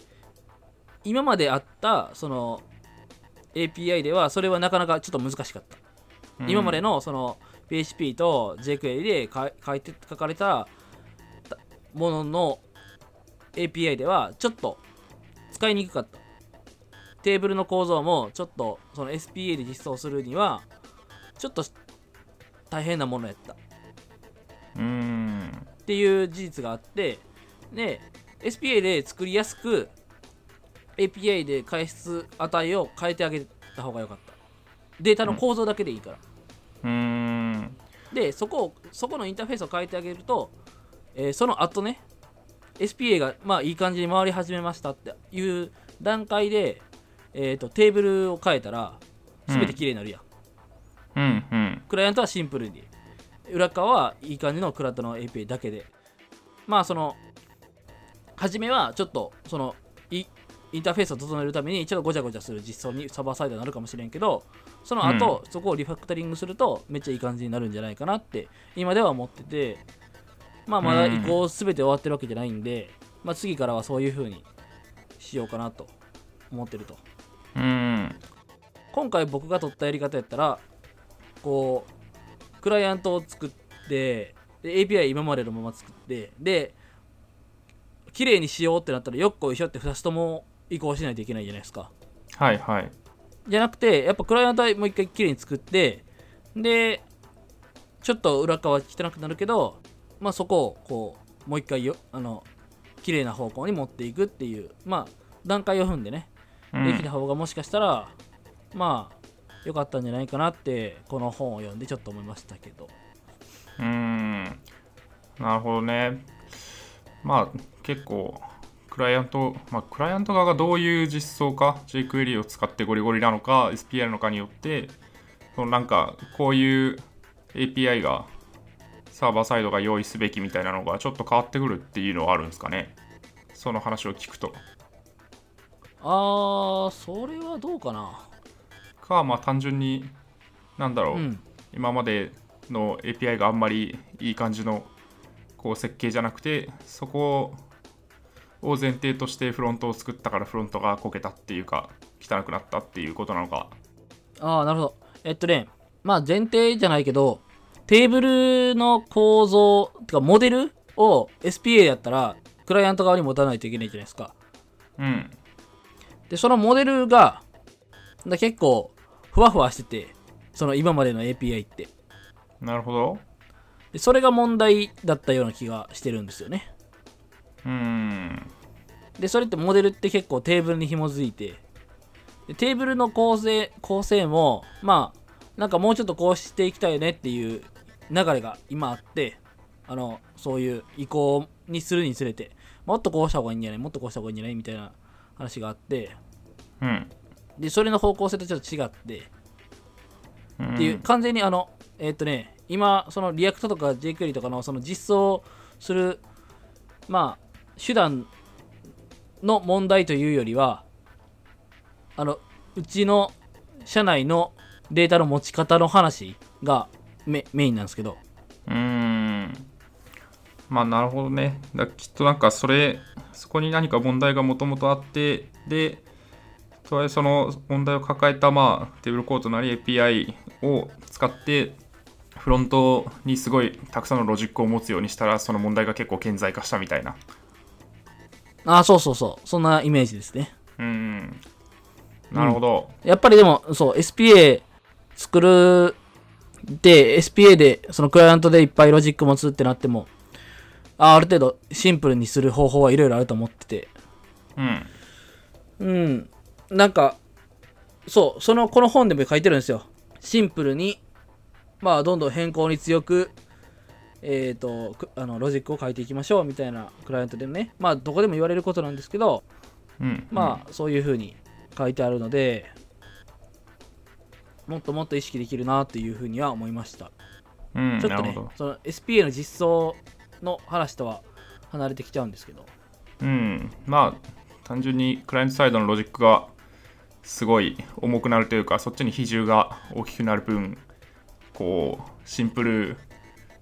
Speaker 1: 今まであったその API ではそれはなかなかちょっと難しかった
Speaker 2: うん
Speaker 1: 今まで。のその PHP と jQuery でか書いて書かれたたものの API ではちょっと使いにくかったテーブルの構造もちょっとその SPA で実装するにはちょっと大変なものやったっ
Speaker 2: うーん。
Speaker 1: ていう事実があってで SPA で作りやすく API で返出値を変えてあげた方が良かったデータの構造だけでいいから、
Speaker 2: うーん。
Speaker 1: でそこをそこのインターフェースを変えてあげると、えーその後ね SPA がまあいい感じに回り始めましたっていう段階で、えー、とテーブルを変えたら全て綺麗になるやん、
Speaker 2: うん。うん。
Speaker 1: クライアントはシンプルに裏側はいい感じのクラッドの API だけでまあその初めはちょっとそのイインターフェースを整えるためにちょっとごちゃごちゃする実装にサーバーサイドになるかもしれんけどその後、そこをリファクタリングするとめっちゃいい感じになるんじゃないかなって今では思っててまあまだ
Speaker 2: うん
Speaker 1: 移行全て終わってるわけじゃないんで、まあ、次からはそういう風にしようかなと思ってると
Speaker 2: うーん。
Speaker 1: 今回僕が取ったやり方やったらこうクライアントを作ってで API 今までのまま作ってで綺麗にしようってなったらよっこいしょって2つとも移行しないといけないじゃないですか
Speaker 2: はいはい。
Speaker 1: じゃなくてやっぱクライアントはもう一回綺麗に作ってでちょっと裏側汚くなるけどまあそこをこうもう一回よあの綺麗な方向に持っていくっていうまあ段階を踏んでね
Speaker 2: うん
Speaker 1: できた方がもしかしたら、まあ良かったんじゃないかなってこの本を読んでちょっと思いましたけど
Speaker 2: うーんなるほどね。まあ結構クライアント、まあ、クライアント側がどういう実装か jQuery を使ってゴリゴリなのか SPI なのかによってそのなんかこういう API がサーバーサイドが用意すべきみたいなのがちょっと変わってくるっていうのはあるんですかねその話を聞くと。
Speaker 1: あーそれはどうかな
Speaker 2: かまあ単純になんだろう、
Speaker 1: うん
Speaker 2: 今までの API があんまりいい感じのこう設計じゃなくてそこを前提としてフロントを作ったからフロントがこけたっていうか汚くなったっていうことなのか
Speaker 1: ああなるほどえっとねまあ前提じゃないけどテーブルの構造てかモデルを SPA やったらクライアント側に持たないといけないじゃないですか
Speaker 2: うん
Speaker 1: でそのモデルがだ結構ふわふわしててその今までの API って
Speaker 2: なるほど
Speaker 1: でそれが問題だったような気がしてるんですよね
Speaker 2: うーん
Speaker 1: でそれってモデルって結構テーブルに紐づいてでテーブルの構成構成もまあなんかもうちょっとこうしていきたいよねっていう流れが今あってあのそういう移行にするにつれてもっとこうした方がいいんじゃないもっとこうした方がいいんじゃないみたいな話があって
Speaker 2: うん
Speaker 1: でそれの方向性とちょっと違って
Speaker 2: うん
Speaker 1: っていう、完全にあのえーっとね今そのリアクトとか JQuery とかのその実装するまあ手段の問題というよりはあのうちの社内のデータの持ち方の話がメメインなんですけど
Speaker 2: うーんまあなるほどねだきっとなんかそれそこに何か問題がもともとあってでとはいえその問題を抱えたまあテーブルコートなり API を使ってフロントにすごいたくさんのロジックを持つようにしたらその問題が結構顕在化したみたいな
Speaker 1: ああそうそうそうそんなイメージですね
Speaker 2: うーんなるほど、
Speaker 1: やっぱりでも、そう、SPA 作るで、SPA で、そのクライアントでいっぱいロジック持つってなっても、あある程度シンプルにする方法はいろいろあると思ってて、
Speaker 2: うん
Speaker 1: うん、なんか、そう、その、この本でも書いてるんですよ。シンプルに、まあ、どんどん変更に強く、えっ、と、くあのロジックを書いていきましょうみたいなクライアントでもね、まあ、どこでも言われることなんですけど、
Speaker 2: うん
Speaker 1: まあそういう風に書いてあるのでもっともっと意識できるなっていう風には思いました
Speaker 2: うん、うん
Speaker 1: ちょっ
Speaker 2: な
Speaker 1: と
Speaker 2: るほ
Speaker 1: ね
Speaker 2: ど
Speaker 1: その SPA の実装の話とは離れてきちゃうんですけど
Speaker 2: うん、まあ単純にクライアントサイドのロジックがすごい重くなるというかそっちに比重が大きくなる分こうシンプル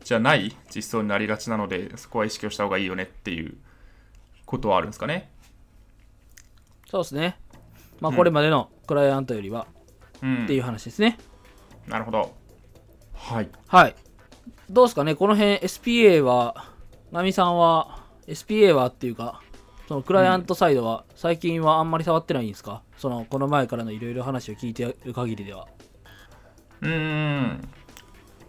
Speaker 2: じゃない実装になりがちなのでそこは意識をした方がいいよねっていうことはあるんですかね。
Speaker 1: そうですねまあ
Speaker 2: うん
Speaker 1: これまでのクライアントよりは
Speaker 2: う
Speaker 1: ってい
Speaker 2: ん、
Speaker 1: う話ですね、
Speaker 2: なるほど。はい。
Speaker 1: はいどうですかねこの辺 SPA はナミさんは SPA はっていうかそのクライアントサイドは最近はあんまり触ってないんですか、そのこの前からのいろいろ話を聞いてる限りでは
Speaker 2: うーん、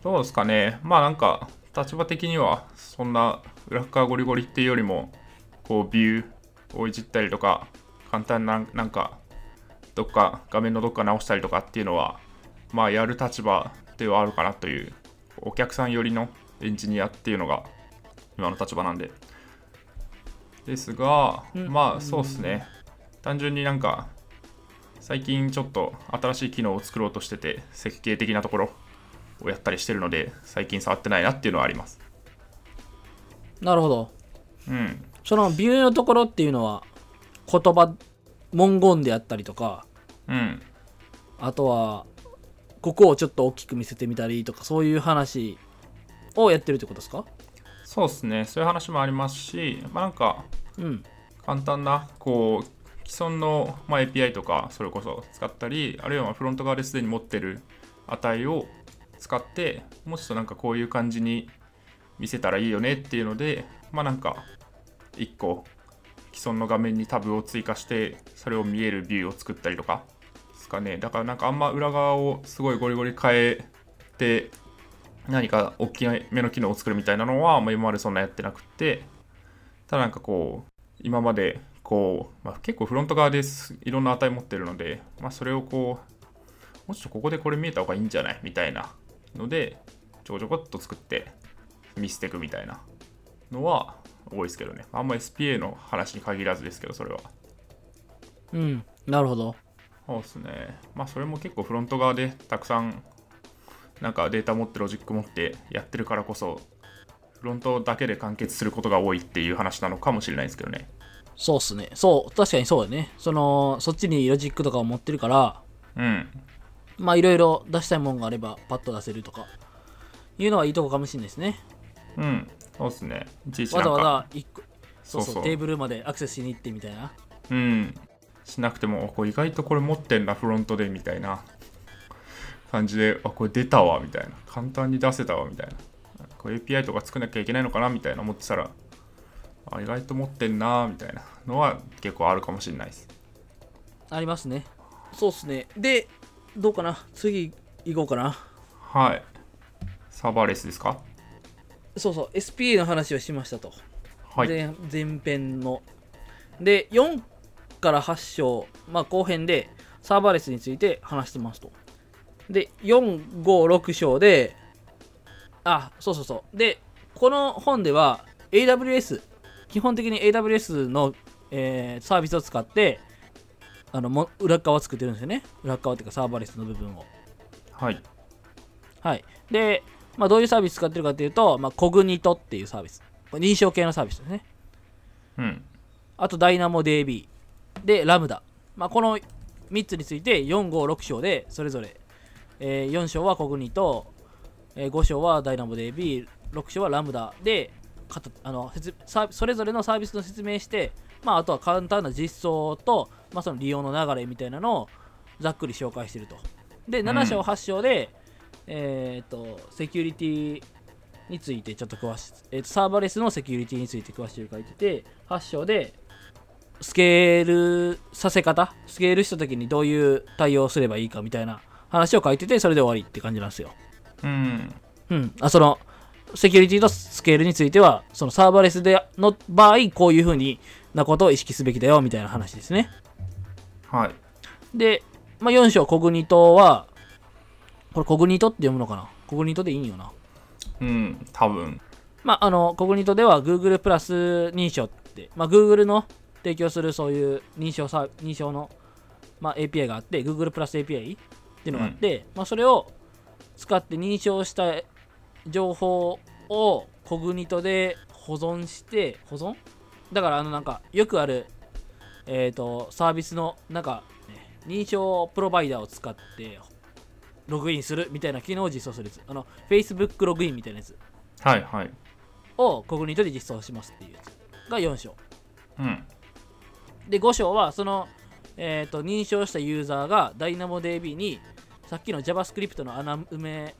Speaker 2: どうですかね、まあなんか、立場的には、そんな裏側ゴリゴリっていうよりも、こう、ビューをいじったりとか、簡単な、なんか、どっか、画面のどっか直したりとかっていうのは、まあ、やる立場ではあるかなという、お客さん寄りのエンジニアっていうのが、今の立場なんで。ですが、
Speaker 1: うん
Speaker 2: まあ、そうですね、単純になんか、最近ちょっと新しい機能を作ろうとしてて設計的なところをやったりしてるので最近触ってないなっていうのはあります
Speaker 1: なるほど
Speaker 2: うん
Speaker 1: そのビューのところっていうのは言葉文言であったりとか
Speaker 2: うん
Speaker 1: あとはここをちょっと大きく見せてみたりとかそういう話をやってるってことですか
Speaker 2: そうですねそういう話もありますしまあなんか
Speaker 1: うん
Speaker 2: 簡単なこう既存の、まあ、API とかそれこそ使ったりあるいはまあフロント側ですでに持ってる値を使ってもうちょっとなんかこういう感じに見せたらいいよねっていうのでまあなんか1個既存の画面にタブを追加してそれを見えるビューを作ったりとかですかねだからなんかあんま裏側をすごいゴリゴリ変えて何か大きめの機能を作るみたいなのは、まあ、今までそんなやってなくてただなんかこう今までこう、まあ、結構フロント側ですいろんな値持ってるので、まあ、それをこうもうちょっとここでこれ見えた方がいいんじゃないみたいなのでちょこちょこっと作って見せていくみたいなのは多いですけどねあんま SPA の話に限らずですけどそれは
Speaker 1: うんなるほど
Speaker 2: そうですねまあそれも結構フロント側でたくさんなんかデータ持ってロジック持ってやってるからこそフロントだけで完結することが多いっていう話なのかもしれないですけどね
Speaker 1: そうっすねそう確かにそうだねそのそっちにロジックとかを持ってるから
Speaker 2: うん
Speaker 1: まあいろいろ出したいもんがあればパッと出せるとかいうのはいいとこかもしれないですね
Speaker 2: うん、そうですね。いちいちな
Speaker 1: わ
Speaker 2: ん
Speaker 1: ざ
Speaker 2: か
Speaker 1: わざ一個そ
Speaker 2: そ
Speaker 1: うう
Speaker 2: そう
Speaker 1: そうテーブルまでアクセスしに行ってみたいな
Speaker 2: うん、しなくても、あこれ意外とこれ持ってんな、フロントでみたいな感じで、あこれ出たわみたいな、簡単に出せたわみたいな、これ API とか作んなきゃいけないのかなみたいな思ってたら、あ意外と持ってんなみたいなのは結構あるかもしれないです。
Speaker 1: ありますね。そうっすね。で、どうかな次行こうかな。
Speaker 2: はい。サーバーレスですか
Speaker 1: そうそう SPA の話をしましたと、
Speaker 2: はい。
Speaker 1: 前前編ので4から8章、まあ、後編でサーバーレスについて話してますとで456章であそうそうそうでこの本では AWS 基本的に AWS の、えーサービスを使ってあのも裏側を作ってるんですよね裏側っていうかサーバーレスの部分を
Speaker 2: はい。
Speaker 1: はい。で、まあ、どういうサービス使ってるかというと、まあ、コグニトっていうサービス。これ認証系のサービスですね。
Speaker 2: うん。
Speaker 1: あと、ダイナモ DB。で、ラムダ。まあ、この3つについて、4、5、6章で、それぞれ。えー4章はコグニト、えー5章はダイナモ DB、6章はラムダで、かたあの説サーそれぞれのサービスの説明して、まあ、あとは簡単な実装と、まあ、その利用の流れみたいなのをざっくり紹介してると。で、7章、
Speaker 2: うん
Speaker 1: 8章で、えーっと、セキュリティについてちょっと詳しい、えーっとサーバーレスのセキュリティについて詳しく書いてて、8章で、スケールさせ方、スケールした時にどういう対応をすればいいかみたいな話を書いてて、それで終わりって感じなんですよ。
Speaker 2: うん。
Speaker 1: うん、あそのセキュリティとスケールについてはそのサーバーレスでの場合こういうふうになことを意識すべきだよみたいな話ですね
Speaker 2: はい。
Speaker 1: で、まあ、4章コグニトはこれコグニトって読むのかなコグニトでいいんよな
Speaker 2: うん。多分。
Speaker 1: まああのコグニトでは Google プラス認証って、まあ、Google の提供するそういう認証さ認証の、まあ、API があって Google プラス API っていうのがあって、まあ、それを使って認証した情報をコグニトで保存して保存だからあのなんかよくあるえっ、とサービスのなんか、ね、認証プロバイダーを使ってログインするみたいな機能を実装するやつあの Facebook ログインみたいなやつ
Speaker 2: はいはい。
Speaker 1: をコグニトで実装しますっていうやつが4章
Speaker 2: うん。
Speaker 1: で5章はその、えー、と認証したユーザーが DynamoDB にさっきの JavaScript の穴埋め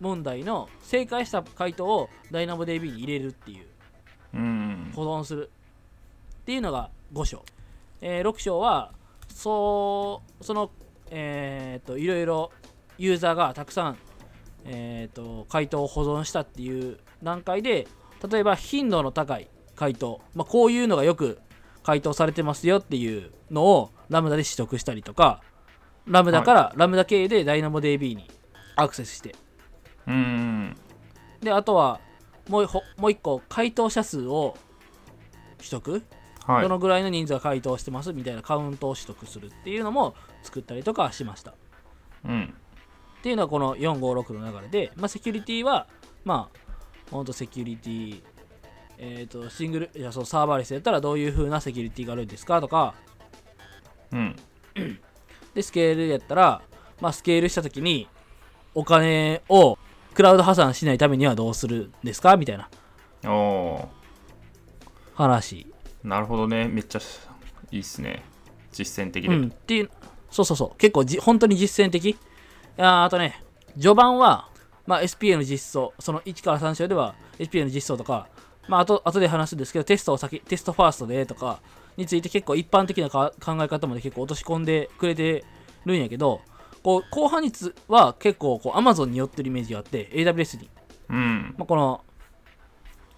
Speaker 1: 問題の正解した回答を DynamoDB に入れるっていう
Speaker 2: うん。
Speaker 1: 保存するっていうのが5章、えー6章はそうそのえっといろいろユーザーがたくさん、えー、と回答を保存したっていう段階で例えば頻度の高い回答、まあ、こういうのがよく回答されてますよっていうのをラムダで取得したりとかラムダから、ラムダ経由で DynamoDB にアクセスして
Speaker 2: うん。
Speaker 1: であとはもうほもう一個回答者数を取得
Speaker 2: はい
Speaker 1: ど。のぐらいの人数が回答してますみたいなカウントを取得するっていうのも作ったりとかしましたっ
Speaker 2: うん。
Speaker 1: ていうのはこの456の流れで、まあ、セキュリティはまあほんとセキュリティえっ、とシングルいやそうサーバーレスやったらどういう風なセキュリティがあるんですかとか
Speaker 2: うん。
Speaker 1: でスケールやったら、まあ、スケールした時にお金をクラウド破産しないためにはどうするんですかみたいな
Speaker 2: おお
Speaker 1: 話
Speaker 2: ー。なるほどね。めっちゃいいっすね。実践的で。
Speaker 1: うん、っていうそうそうそう結構じ本当に実践的あーあとね序盤は、まあ、SPA の実装その1から3章では SPA の実装とか、まあ、あと後で話すんですけどテストを先テストファーストでとかについて結構一般的なか考え方まで結構落とし込んでくれてるんやけどこう後半につは結構こう Amazon に寄ってるイメージがあって AWS に、
Speaker 2: うん。
Speaker 1: まあ、この、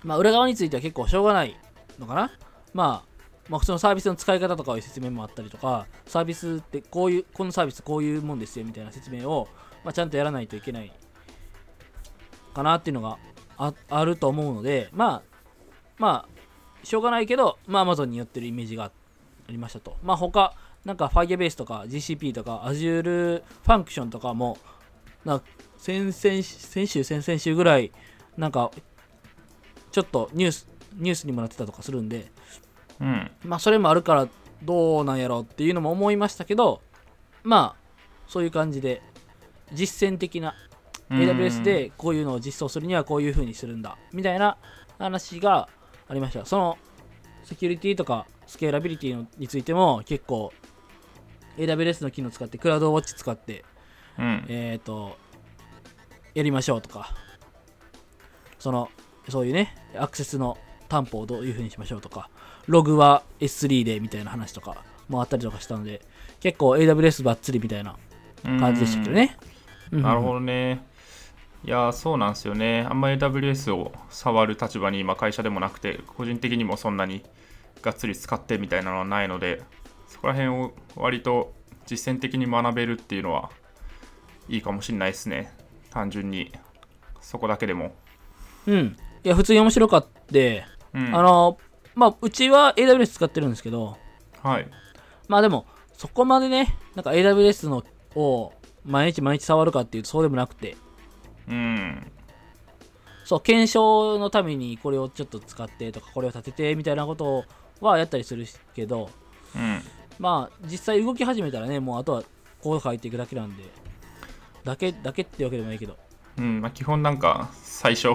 Speaker 1: まあ、裏側については結構しょうがないのかなまあまあ、そのサービスの使い方とかいう説明もあったりとか、サービスってこういう、このサービスこういうもんですよみたいな説明を、まあ、ちゃんとやらないといけないかなっていうのがああると思うので、まあ、まあ、しょうがないけど、まあ、Amazon に寄ってるイメージがありましたと。まあ、他、なんか Firebase とか GCP とか Azure Function とかも、なんか先々先週、先々週ぐらい、なんか、ちょっとニュース、ニュースにもなってたとかするんで、
Speaker 2: うん。
Speaker 1: まあそれもあるからどうなんやろうっていうのも思いましたけどまあそういう感じで実践的な AWS でこういうのを実装するにはこういう風にするんだみたいな話がありましたそのセキュリティとかスケーラビリティのについても結構 AWS の機能使ってクラウドウォッチ使って
Speaker 2: うん。うん。
Speaker 1: えっ、と、やりましょうとか、その、そういうね、アクセスの担保をどういう風にしましょうとか、ログは S3 でみたいな話とかもあったりとかしたので、結構 AWS ばっつりみたいな感じでしたけどね。
Speaker 2: なるほ
Speaker 1: ど。
Speaker 2: どね。いやーそうなんですよね。あんま AWS を触る立場に今会社でもなくて、個人的にもそんなにがっつり使ってみたいなのはないので、そこら辺を割と実践的に学べるっていうのはいいかもしれないですね。単純に。そこだけでも。
Speaker 1: うん。いや、普通に面白かって、
Speaker 2: うん。
Speaker 1: あの、まあ、うちは AWS 使ってるんですけど、
Speaker 2: はい。
Speaker 1: まあでも、そこまでね、なんか AWS のを毎日毎日触るかっていうとそうでもなくて、
Speaker 2: うん。
Speaker 1: そう、検証のためにこれをちょっと使ってとか、これを立ててみたいなことはやったりするけど、
Speaker 2: うん。
Speaker 1: まあ実際動き始めたらね、もうあとはコード書いていくだけなんで、だけ、だけってわけでもないけど、
Speaker 2: うんまあ、基本なんか最初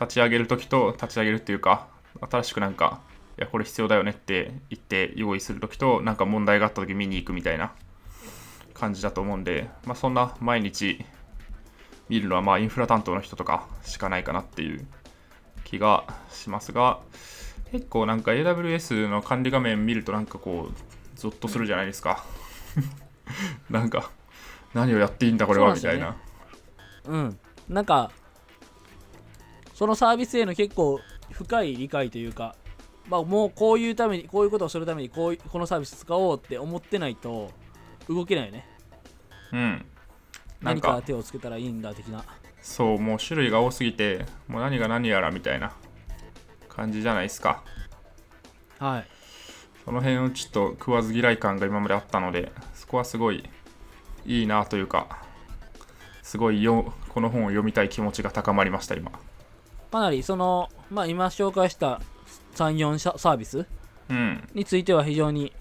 Speaker 2: 立ち上げるときと立ち上げるっていうか新しくなんかいやこれ必要だよねって言って用意するときとなんか問題があったとき見に行くみたいな感じだと思うんで、まあ、そんな毎日見るのはまあインフラ担当の人とかしかないかなっていう気がしますが結構なんか AWS の管理画面見るとなんかこうゾッとするじゃないですか なんか何をやっていいんだこれはみ
Speaker 1: そう
Speaker 2: た
Speaker 1: なんですよね
Speaker 2: い
Speaker 1: う
Speaker 2: な
Speaker 1: ん。なんか、そのサービスへの結構深い理解というか、まあもうこういうために、こういうことをするためにこうい、このサービス使おうって思ってないと、動けないよね。
Speaker 2: うんなん
Speaker 1: 何
Speaker 2: か
Speaker 1: か手をつけたらいいんだ的な。
Speaker 2: そうもう種類が多すぎてもう何が何やらみたいな感じじゃないですか
Speaker 1: はい。
Speaker 2: その辺をちょっと食わず嫌い感が今まであったのでそこはすごいいいなというかすごいよこの本を読みたい気持ちが高まりました今
Speaker 1: かなりその、まあ今紹介した3、4社サービス
Speaker 2: うん
Speaker 1: については非常に、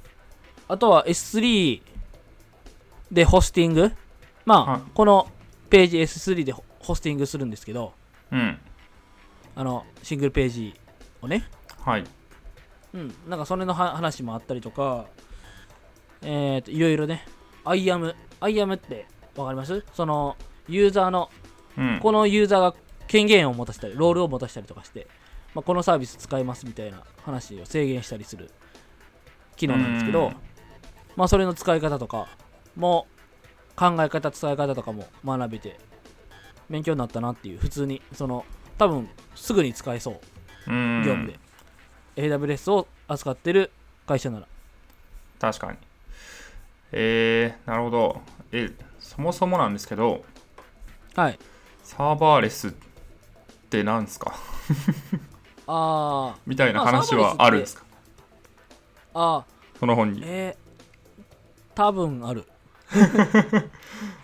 Speaker 1: あとは S3 でホスティング、
Speaker 2: はい
Speaker 1: まあこのページ S3 でホホスティングするんですけど、
Speaker 2: うん
Speaker 1: あのシングルページをね、
Speaker 2: はい
Speaker 1: うん、なんかそれのは話もあったりとか、えー、といろいろね、アイアム、アイアムってわかりますそのユーザーの、
Speaker 2: うん
Speaker 1: このユーザーが権限を持たせたり、ロールを持たせたりとかして、まあ、このサービス使いますみたいな話を制限したりする機能なんですけ
Speaker 2: う
Speaker 1: ど
Speaker 2: ん、
Speaker 1: まあ、それの使い方とかも、考え方、伝え方とかも学べて、勉強になったなっていう、普通に、その、多分すぐに使えそう
Speaker 2: うん
Speaker 1: 業務で、AWS を扱ってる会社なら
Speaker 2: 確かにえー、なるほどえそもそもなんですけど
Speaker 1: はい
Speaker 2: サーバーレスって何すか
Speaker 1: あー
Speaker 2: みたいな
Speaker 1: まあ
Speaker 2: 話
Speaker 1: サーバーレスって
Speaker 2: はあるんですか
Speaker 1: あ
Speaker 2: その本
Speaker 1: ー
Speaker 2: に
Speaker 1: えー、多分 ある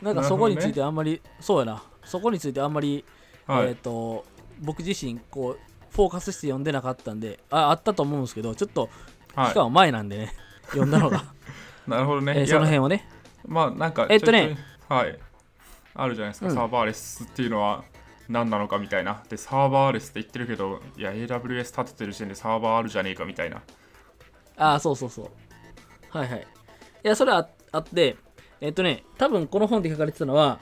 Speaker 1: なんかそこについてあんまり、そうやなそこについてあんまり、
Speaker 2: はい、
Speaker 1: えっ、と僕自身こうフォーカスして読んでなかったんでああったと思うんですけどちょっと
Speaker 2: はい
Speaker 1: 期間は前なんで ね、読んだのが、
Speaker 2: なるほどね。
Speaker 1: えー
Speaker 2: い
Speaker 1: その
Speaker 2: や
Speaker 1: 辺をね
Speaker 2: まあなんか
Speaker 1: えっとね
Speaker 2: ちょいちょいはい。あるじゃないですか、
Speaker 1: うん
Speaker 2: サーバーレスっていうのは何なのかみたいな。で、サーバーレスって言ってるけど、いや、AWS 立ててる時点でサーバーあるじゃねえかみたいな。
Speaker 1: ああ、そうそうそう。はいはい。いや、それはああって、えっとね、多分この本で書かれてたのは、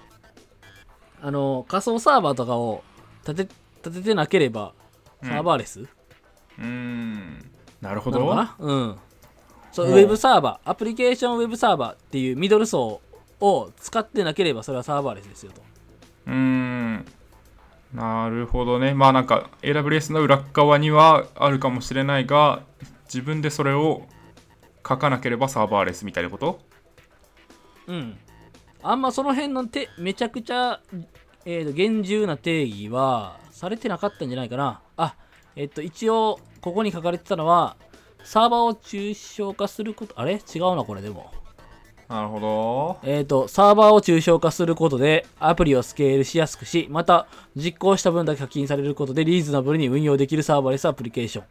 Speaker 1: あの、仮想サーバーとかを立て立ててなければ、
Speaker 2: うん
Speaker 1: サーバーレス、
Speaker 2: うーん、なるほ
Speaker 1: なの
Speaker 2: ど。
Speaker 1: かなうん。そう、
Speaker 2: ほ
Speaker 1: ウ
Speaker 2: う
Speaker 1: ェブサーバー、アプリケーションウェブサーバーっていうミドル層を使ってなければ、それはサーバーレスですよと。
Speaker 2: うーん、なるほどね。まあなんか AWS の裏側にはあるかもしれないが、自分でそれを書かなければサーバーレスみたいなこと
Speaker 1: うん。あんまその辺のてめちゃくちゃ、えーと厳重な定義はされてなかったんじゃないかな。あえっ、と、一応、ここに書かれてたのは、サーバーを抽象化すること、あれ違うな、これでも。
Speaker 2: なるほど。
Speaker 1: えっ、と、サーバーを抽象化することで、アプリをスケールしやすくし、また、実行した分だけ課金されることで、リーズナブルに運用できるサーバーレスアプリケーショ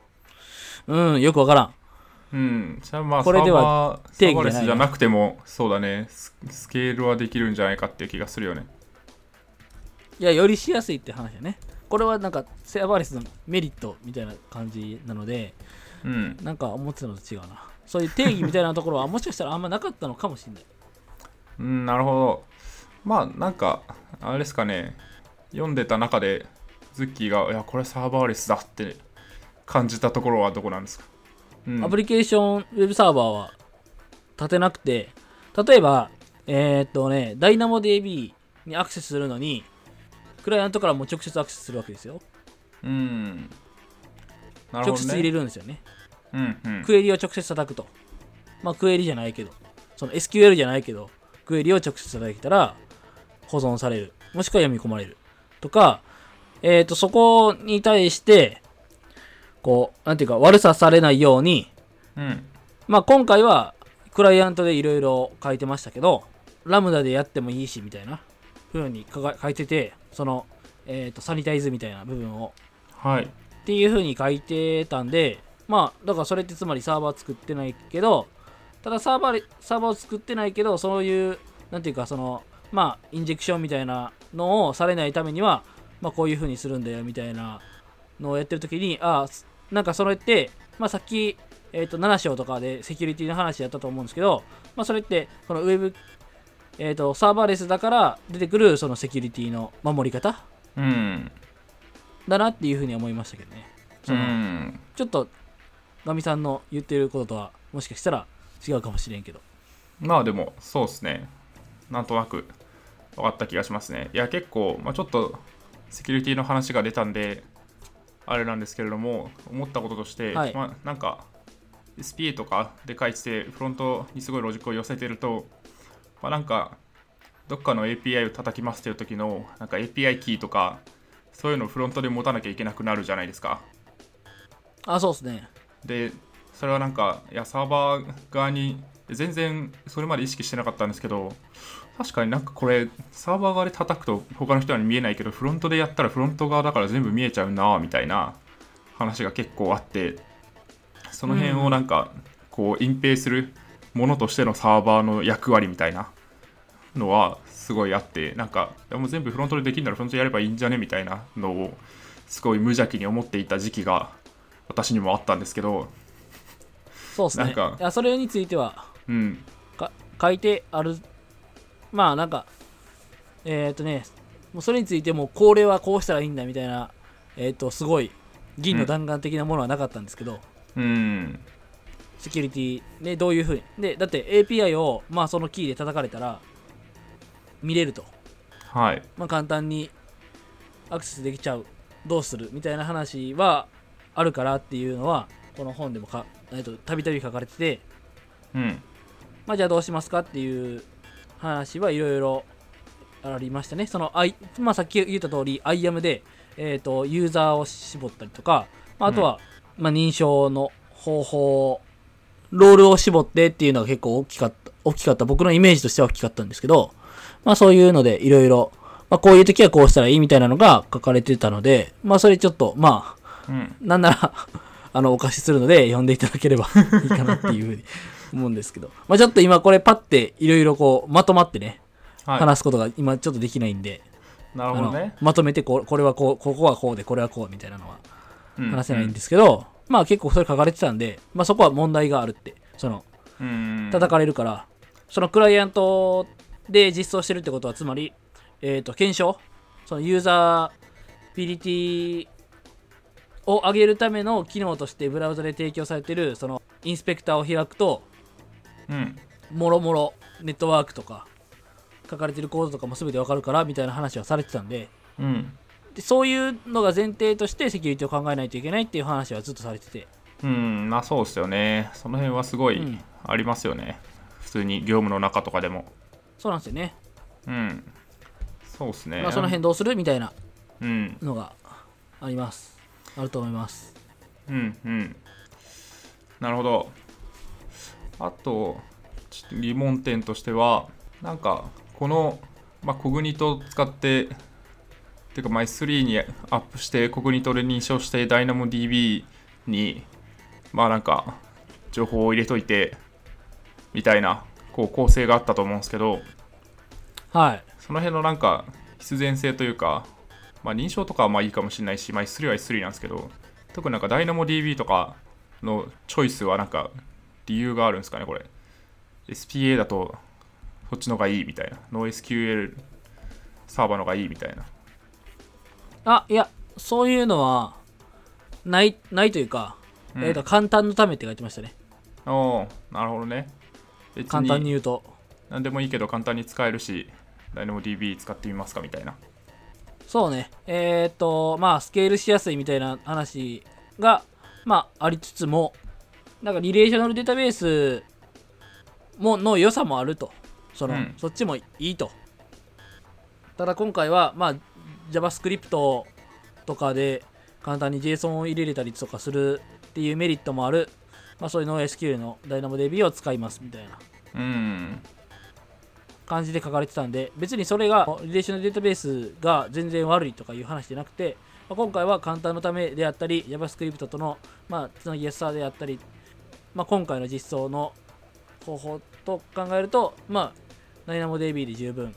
Speaker 1: ン。うん、よくわからん。
Speaker 2: うん、じゃあまあ
Speaker 1: これで
Speaker 2: サーバ
Speaker 1: は
Speaker 2: ー
Speaker 1: 定義じゃない
Speaker 2: サーバーレスじゃなくてもそうだねススケールはできるんじゃないかっていう気がするよね
Speaker 1: いや、よりしやすいって話だね。これはなんか、サーバーレスのメリットみたいな感じなので、
Speaker 2: うん
Speaker 1: なんか思ってたのと違うな。そういう定義みたいなところはもしかしたらあんまなかったのかもしれない。
Speaker 2: うんなるほどまあなんかあれですかね読んでた中でズッキーがいやこれサーバーレスだって感じたところはどこなんですか、うん、
Speaker 1: アプリケーションウェブサーバーは立てなくて、例えば、えーっとね、DynamoDB にアクセスするのに、クライアントからもう直接アクセスするわけですよ。
Speaker 2: うん。な
Speaker 1: 直
Speaker 2: るほど、ね。
Speaker 1: 接入れるんですよね。
Speaker 2: うんうん。
Speaker 1: クエリを直接叩くと。まあ、クエリじゃないけど、その SQL じゃないけど、クエリを直接叩いたら保存される。もしくは読み込まれる。とか、えっ、と、そこに対して、こう、なんていうか、悪さされないように、
Speaker 2: うん。
Speaker 1: まあ、今回はクライアントでいろいろ書いてましたけど、ラムダでやってもいいしみたいな風に書か書いてて、その、えっ、と、サニタイズみたいな部分を
Speaker 2: はい。
Speaker 1: っていう風に書いてたんでまあだからそれってつまりサーバー作ってないけどただサーバーでサーバーを作ってないけどそういうなんていうかそのまあインジェクションみたいなのをされないためにはまあこういう風にするんだよみたいなのをやってる時にああすなんかそれってまあさっきえっ、と7章とかでセキュリティの話やったと思うんですけどまあそれってこのウェブえっ、とサーバーレスだから出てくるそのセキュリティの守り方
Speaker 2: うん。
Speaker 1: だなっていう風に思いましたけどねそうの、
Speaker 2: ん。
Speaker 1: ちょっとガミさんの言ってることとはもしかしたら違うかもしれんけど
Speaker 2: まあでも、そうですね。なんとなく分かった気がしますね。いや、結構、まあ、ちょっとセキュリティの話が出たんで、あれなんですけれども、思ったこととして、
Speaker 1: はい
Speaker 2: まあ、なんか、SPA とかで書いてて、フロントにすごいロジックを寄せてると、まあ、なんか、どっかの API を叩きますっていう時の、なんか API キーとか、そういうのをフロントで持たなきゃいけなくなるじゃないですか。
Speaker 1: あそうですね
Speaker 2: でそれはなんかいやサーバー側に全然それまで意識してなかったんですけど確かになんかこれサーバー側で叩くと他の人には見えないけどフロントでやったらフロント側だから全部見えちゃうなぁみたいな話が結構あってその辺をなんかこう隠蔽するものとしてのサーバーの役割みたいなのはすごいあってなんかいやもう全部フロントでできるならフロントでやればいいんじゃねみたいなのをすごい無邪気に思っていた時期が私にもあったんですけど
Speaker 1: そうですね
Speaker 2: なんか
Speaker 1: いやそれについては
Speaker 2: うん
Speaker 1: か書いてあるまあなんかえっ、とねもうそれについてもうこれはこうしたらいいんだみたいなえっ、とすごい銀の弾丸的なものはなかったんですけど、
Speaker 2: うん
Speaker 1: セキュリティでどういうふうにでだって API をまあそのキーで叩かれたら見れると
Speaker 2: はい
Speaker 1: まあ、簡単にアクセスできちゃうどうするみたいな話はあるからっていうのはこの本でもかえっとたびたび書かれてて、
Speaker 2: うん
Speaker 1: まあ、じゃあどうしますかっていう話はいろいろありましたねその、I まあ、さっき言った通り IAM で、えっとユーザーを絞ったりとか、まあ、あとは、まあ、認証の方法ロールを絞ってっていうのが結構大きかった大きかった僕のイメージとしては大きかったんですけど、まあそういうのでいろいろ、まあこういう時はこうしたらいいみたいなのが書かれてたので、まあそれちょっと、まあ、
Speaker 2: うん
Speaker 1: なんなら、 あの、お貸しするので読んでいただければいいかなっていうふうに思うんですけど、まあちょっと今これパッていろいろこう、まとまってね、
Speaker 2: は
Speaker 1: 話すことが今ちょっとできないんで、
Speaker 2: いなる
Speaker 1: あ
Speaker 2: ほ
Speaker 1: の
Speaker 2: どね
Speaker 1: まとめてこう、これはこう、ここはこうで、これはこうみたいなのは
Speaker 2: うん
Speaker 1: 話せないんですけど、まあ結構それ書かれてたんで、まあそこは問題があるって、その、
Speaker 2: うん
Speaker 1: 叩かれるから、そのクライアントで実装してるってことはつまり、えー、と検証そのユーザービリティを上げるための機能としてブラウザで提供されてるそのインスペクターを開くと
Speaker 2: うん
Speaker 1: もろもろネットワークとか書かれてるコードとかも全てわかるからみたいな話はされてたんで
Speaker 2: うん
Speaker 1: でそういうのが前提としてセキュリティを考えないといけないっていう話はずっとされてて
Speaker 2: うんまあそうですよねその辺はすご
Speaker 1: う
Speaker 2: い
Speaker 1: ん
Speaker 2: ありますよね、普通に業務の中とかでも
Speaker 1: そうなんですよね、
Speaker 2: うんそうですね
Speaker 1: まあ、その辺どうするみたいな
Speaker 2: うん
Speaker 1: のがありますあると思います
Speaker 2: うんうんなるほどあとちょっと疑問点としてはなんかこの、まあ、コグニトを使っててか MyS3 にアップしてコグニトで認証して DynamoDB にまあなんか情報を入れといてみたいなこう構成があったと思うんですけど
Speaker 1: はい
Speaker 2: その辺のなんか必然性というか、まあ、認証とかはまあいいかもしれないし、まあ、S3 は S3 なんですけど特になんか DynamoDB とかのチョイスはなんか理由があるんですかねこれ SPA だとそっちのがいいみたいな NoSQL サーバーのがいいみたいな
Speaker 1: あいやそういうのはないないというか、
Speaker 2: うん
Speaker 1: えー、と簡単のためって書いてましたね
Speaker 2: おーなるほどね別
Speaker 1: 簡単に言うと
Speaker 2: 何でもいいけど簡単に使えるし DynamoDB 使ってみますかみたいな
Speaker 1: そうね。えーっと、まあ、スケールしやすいみたいな話が、まあ、ありつつも、なんかリレーショナルデータベースもの良さもあると。その、
Speaker 2: うん
Speaker 1: そっちもいいと。ただ今回は、まあ、JavaScript とかで簡単に JSON を入れれたりとかするっていうメリットもある、まあ、そういう NoSQL の DynamoDB を使いますみたいな
Speaker 2: うん
Speaker 1: 感じで書かれてたんで別にそれがリレーショナルデータベースが全然悪いとかいう話じゃなくて、まあ今回は簡単のためであったり JavaScript との、まあ、つなぎやすさであったり、まあ、今回の実装の方法と考えると、まあ、DynamoDB で十分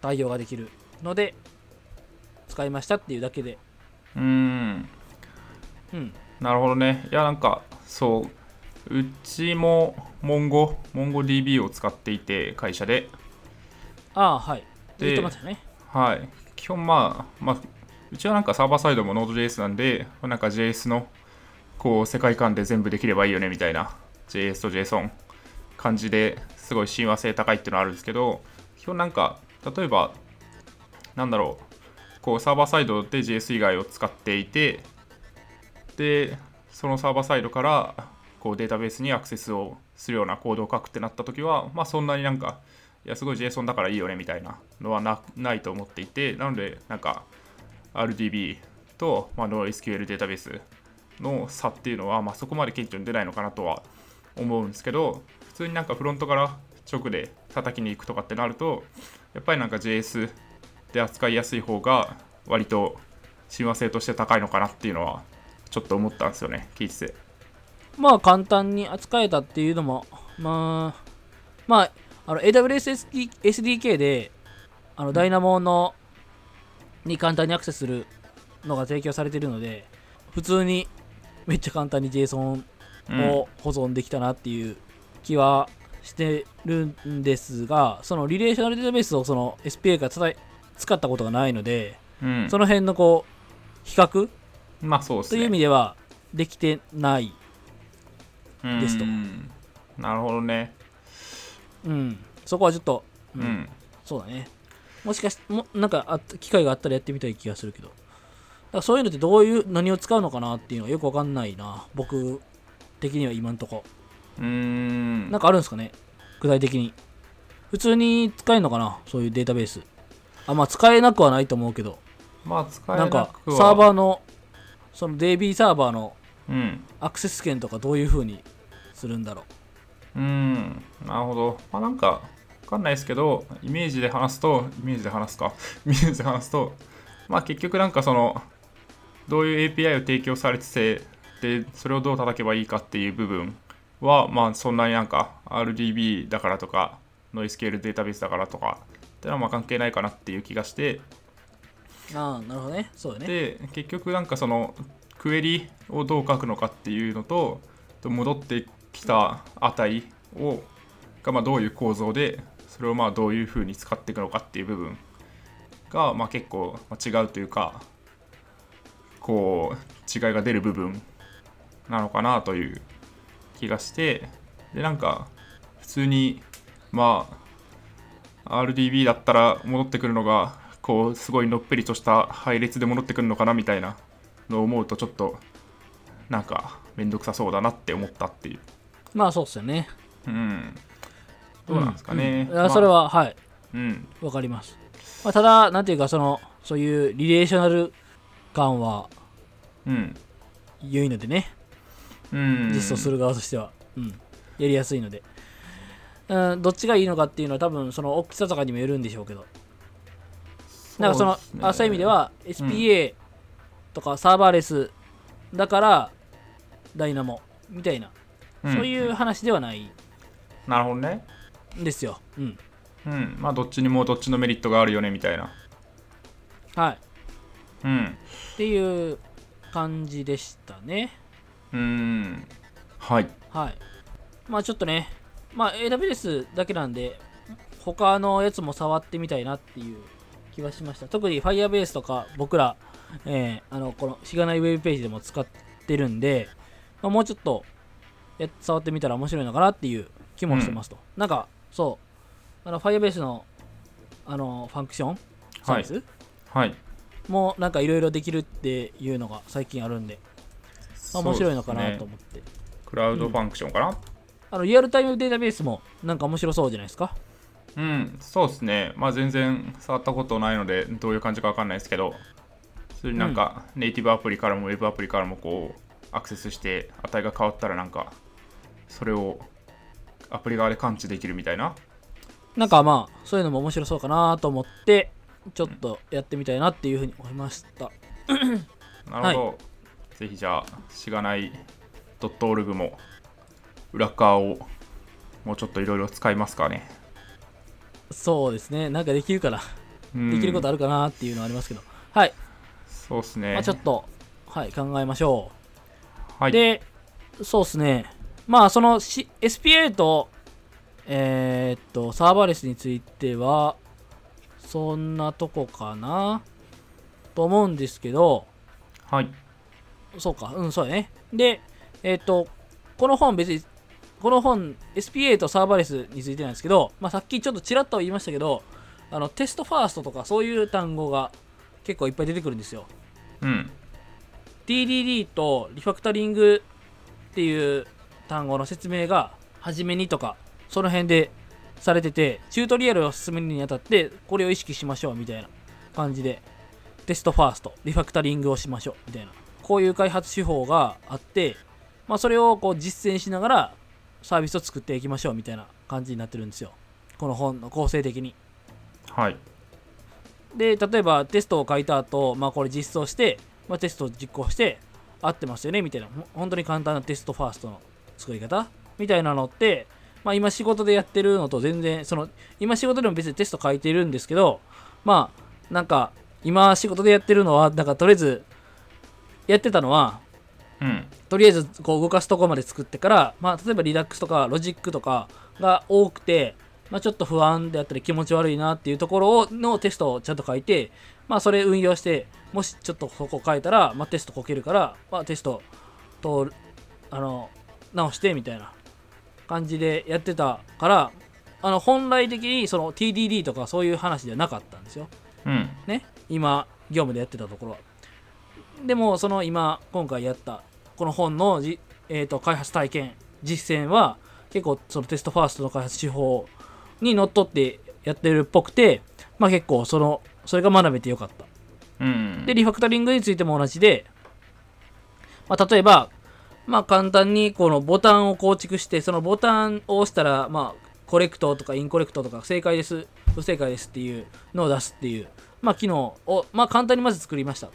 Speaker 1: 対応ができるので使いましたっていうだけで、
Speaker 2: うん
Speaker 1: うん、
Speaker 2: なるほどね。いや、なんか、そう、うちも、モンゴ、モンゴ DB を使っていて、会社で。
Speaker 1: ああはい
Speaker 2: で
Speaker 1: 言ってましたね
Speaker 2: はい。基本、まあ、まあ、うちはなんかサーバーサイドも Node.js なんで、なんか JS の、こう、世界観で全部できればいいよね、みたいな、JS と JSON 感じですごい親和性高いっていうのはあるんですけど、基本なんか、例えば、なんだろう、こう、サーバーサイドで JS 以外を使っていて、でそのサーバーサイドからこうデータベースにアクセスをするようなコードを書くってなった時は、まあ、そんなになんかいやすごい JSON だからいいよねみたいなのはなないと思っていてなのでなんか RDB と、まあ、NoSQL データベースの差っていうのは、まあ、そこまで顕著に出ないのかなとは思うんですけど普通になんかフロントから直で叩きに行くとかってなるとやっぱりなんか JS で扱いやすい方が割と親和性として高いのかなっていうのはちょっと思ったんですよね聞いてて
Speaker 1: まあ簡単に扱えたっていうのも、まあ、まあ、あの AWS SD SDK で、あのダイナモのに簡単にアクセスするのが提供されているので、普通にめっちゃ簡単に JSON を保存できたなっていう気はしてるんですが、そのリレーショナルデータベースをその SPA から伝え使ったことがないので、
Speaker 2: うん、うん
Speaker 1: その辺のこう比較
Speaker 2: まあそうです
Speaker 1: と
Speaker 2: ね
Speaker 1: いう意味ではできてない。ですと
Speaker 2: うんなるほどね
Speaker 1: うん、そこはちょっと、
Speaker 2: うん、
Speaker 1: そうだね。もしかしもなんかあった機会があったらやってみたい気がするけど。だからそういうのってどういう、何を使うのかなっていうのはよくわかんないな。僕的には今んとこ。
Speaker 2: うーん
Speaker 1: なんかあるんですかね具体的に。普通に使えるのかなそういうデータベース。あ、まあ使えなくはないと思うけど。
Speaker 2: まあ使え
Speaker 1: な
Speaker 2: なんくは
Speaker 1: かサーバ
Speaker 2: ー
Speaker 1: ーの、その DB サーバーの
Speaker 2: うん
Speaker 1: アクセス権とかどういう風にするんだろ
Speaker 2: うんなるほどまあなんかわかんないですけどイメージで話すとイメージで話すか イメージで話すとまあ結局なんかそのどういう API を提供されててでそれをどう叩けばいいかっていう部分はまあそんなになんか RDB だからとかノイスケールデータベースだからとかってのはまあ関係ないかなっていう気がして
Speaker 1: う。ああ、なるほどね。そうだね。
Speaker 2: で結局なんかそのクエリをどう書くのかっていうのとと戻ってきた値をがまあどういう構造でそれをまあどういうふうに使っていくのかっていう部分がまあ結構まあ違うというかこう違いが出る部分なのかなという気がしてでなんか普通にまあ RDB だったら戻ってくるのがこうすごいのっぺりとした配列で戻ってくるのかなみたいなのを思うとちょっとなんかめんどくさそうだなって思ったっていう
Speaker 1: まあそうっすよね。
Speaker 2: うんどうなんですかね、
Speaker 1: うんいやそれは、はい。
Speaker 2: まあうん
Speaker 1: わかります、まあ、ただなんていうかそのそういうリレーショナル感は
Speaker 2: うん
Speaker 1: 良いのでね
Speaker 2: うん
Speaker 1: 実装する側としては、うんやりやすいので、うん、どっちがいいのかっていうのは多分その大きさとかにもよるんでしょうけどなんかその
Speaker 2: ですね
Speaker 1: あそういう意味では SPA とかサーバーレスだからダイナモみたいな、
Speaker 2: うん
Speaker 1: そういう話ではない
Speaker 2: なるほどね
Speaker 1: んですよ、うん、
Speaker 2: うんまあどっちにもどっちのメリットがあるよねみたいな
Speaker 1: はい
Speaker 2: うん
Speaker 1: っていう感じでしたね
Speaker 2: うんはい
Speaker 1: はい。まあちょっとね、まあ AWS だけなんで、他のやつも触ってみたいなっていう気はしました。特に Firebase とか僕ら、えーあの、このしがないウェブページでも使ってるんで、まあ、もうちょっとやっ触ってみたら面白いのかなっていう気もしてますと。なんか、そう、あの Firebase のあのファンクションサービス、
Speaker 2: はい
Speaker 1: もなんかいろいろできるっていうのが最近あるんで、まあ面白いのかなと
Speaker 2: そうで
Speaker 1: 思
Speaker 2: すね
Speaker 1: って、
Speaker 2: クラウドファンクションかな
Speaker 1: あのリアルタイムデータベースもなんか面白そうじゃないですか
Speaker 2: うん、そうですねまあ全然触ったことないのでどういう感じかわかんないですけど普通になんかネイティブアプリからもウェブアプリからもこうアクセスして値が変わったらなんかそれをアプリ側で感知できるみたいな
Speaker 1: なんかまあそういうのも面白そうかなと思ってちょっとやってみたいなっていうふうに思いました
Speaker 2: なるほど、ぜひじゃあしがない .org も裏側をもうちょっといろいろ使いますかね、
Speaker 1: そうですねなんかできるから
Speaker 2: うん
Speaker 1: できることあるかなっていうのはありますけど、はい、
Speaker 2: そうですね、
Speaker 1: まあ、ちょっと、はい、考えましょ
Speaker 2: は
Speaker 1: う
Speaker 2: い、
Speaker 1: でそうですねまあその、し SPA とえーっとサーバーレスについてはそんなとこかなと思うんですけど
Speaker 2: はい
Speaker 1: そうかうんそうだねでえーっとこの本別にこの本 SPA とサーバーレスについてなんですけど、まあ、さっきちょっとちらっとは言いましたけどあのテストファーストとかそういう単語が結構いっぱい出てくるんですよ
Speaker 2: うん
Speaker 1: DDD とリファクタリングっていう単語の説明が初めにとかその辺でされててチュートリアルを進めるにあたってこれを意識しましょうみたいな感じでテストファーストリファクタリングをしましょうみたいなこういう開発手法があって、まあ、それをこう実践しながらサービスを作っていきましょうみたいな感じになってるんですよこの本の構成的に
Speaker 2: はい
Speaker 1: で例えばテストを書いた後、まあこれ実装して、まあ、テストを実行して合ってますよねみたいなほ本当に簡単なテストファーストの作り方みたいなのって、まあ、今仕事でやってるのと全然その今仕事でも別にテスト書いてるんですけどまあなんか今仕事でやってるのはなんかとりあえずやってたのは
Speaker 2: うん
Speaker 1: とりあえずこう動かすとこまで作ってから、まあ、例えばリダックスとかロジックとかが多くて、まあ、ちょっと不安であったり気持ち悪いなっていうところをのテストをちゃんと書いて、まあ、それ運用してもしちょっとそこ変えたら、まあ、テストこけるから、まあ、テストとあの直してみたいな感じでやってたからあの本来的にその TDD とかそういう話ではなかったんですよ。
Speaker 2: うん
Speaker 1: ね今業務でやってたところはでもその今今回やったこの本のじ、えー、と開発体験実践は結構そのテストファーストの開発手法にのっとってやってるっぽくてまあ結構そのそれが学べてよかった
Speaker 2: うん
Speaker 1: でリファクタリングについても同じで、まあ、例えば、まあ、簡単にこのボタンを構築してそのボタンを押したら、まあ、コレクトとかインコレクトとか正解です不正解ですっていうのを出すっていう、まあ、機能を、まあ、簡単にまず作りました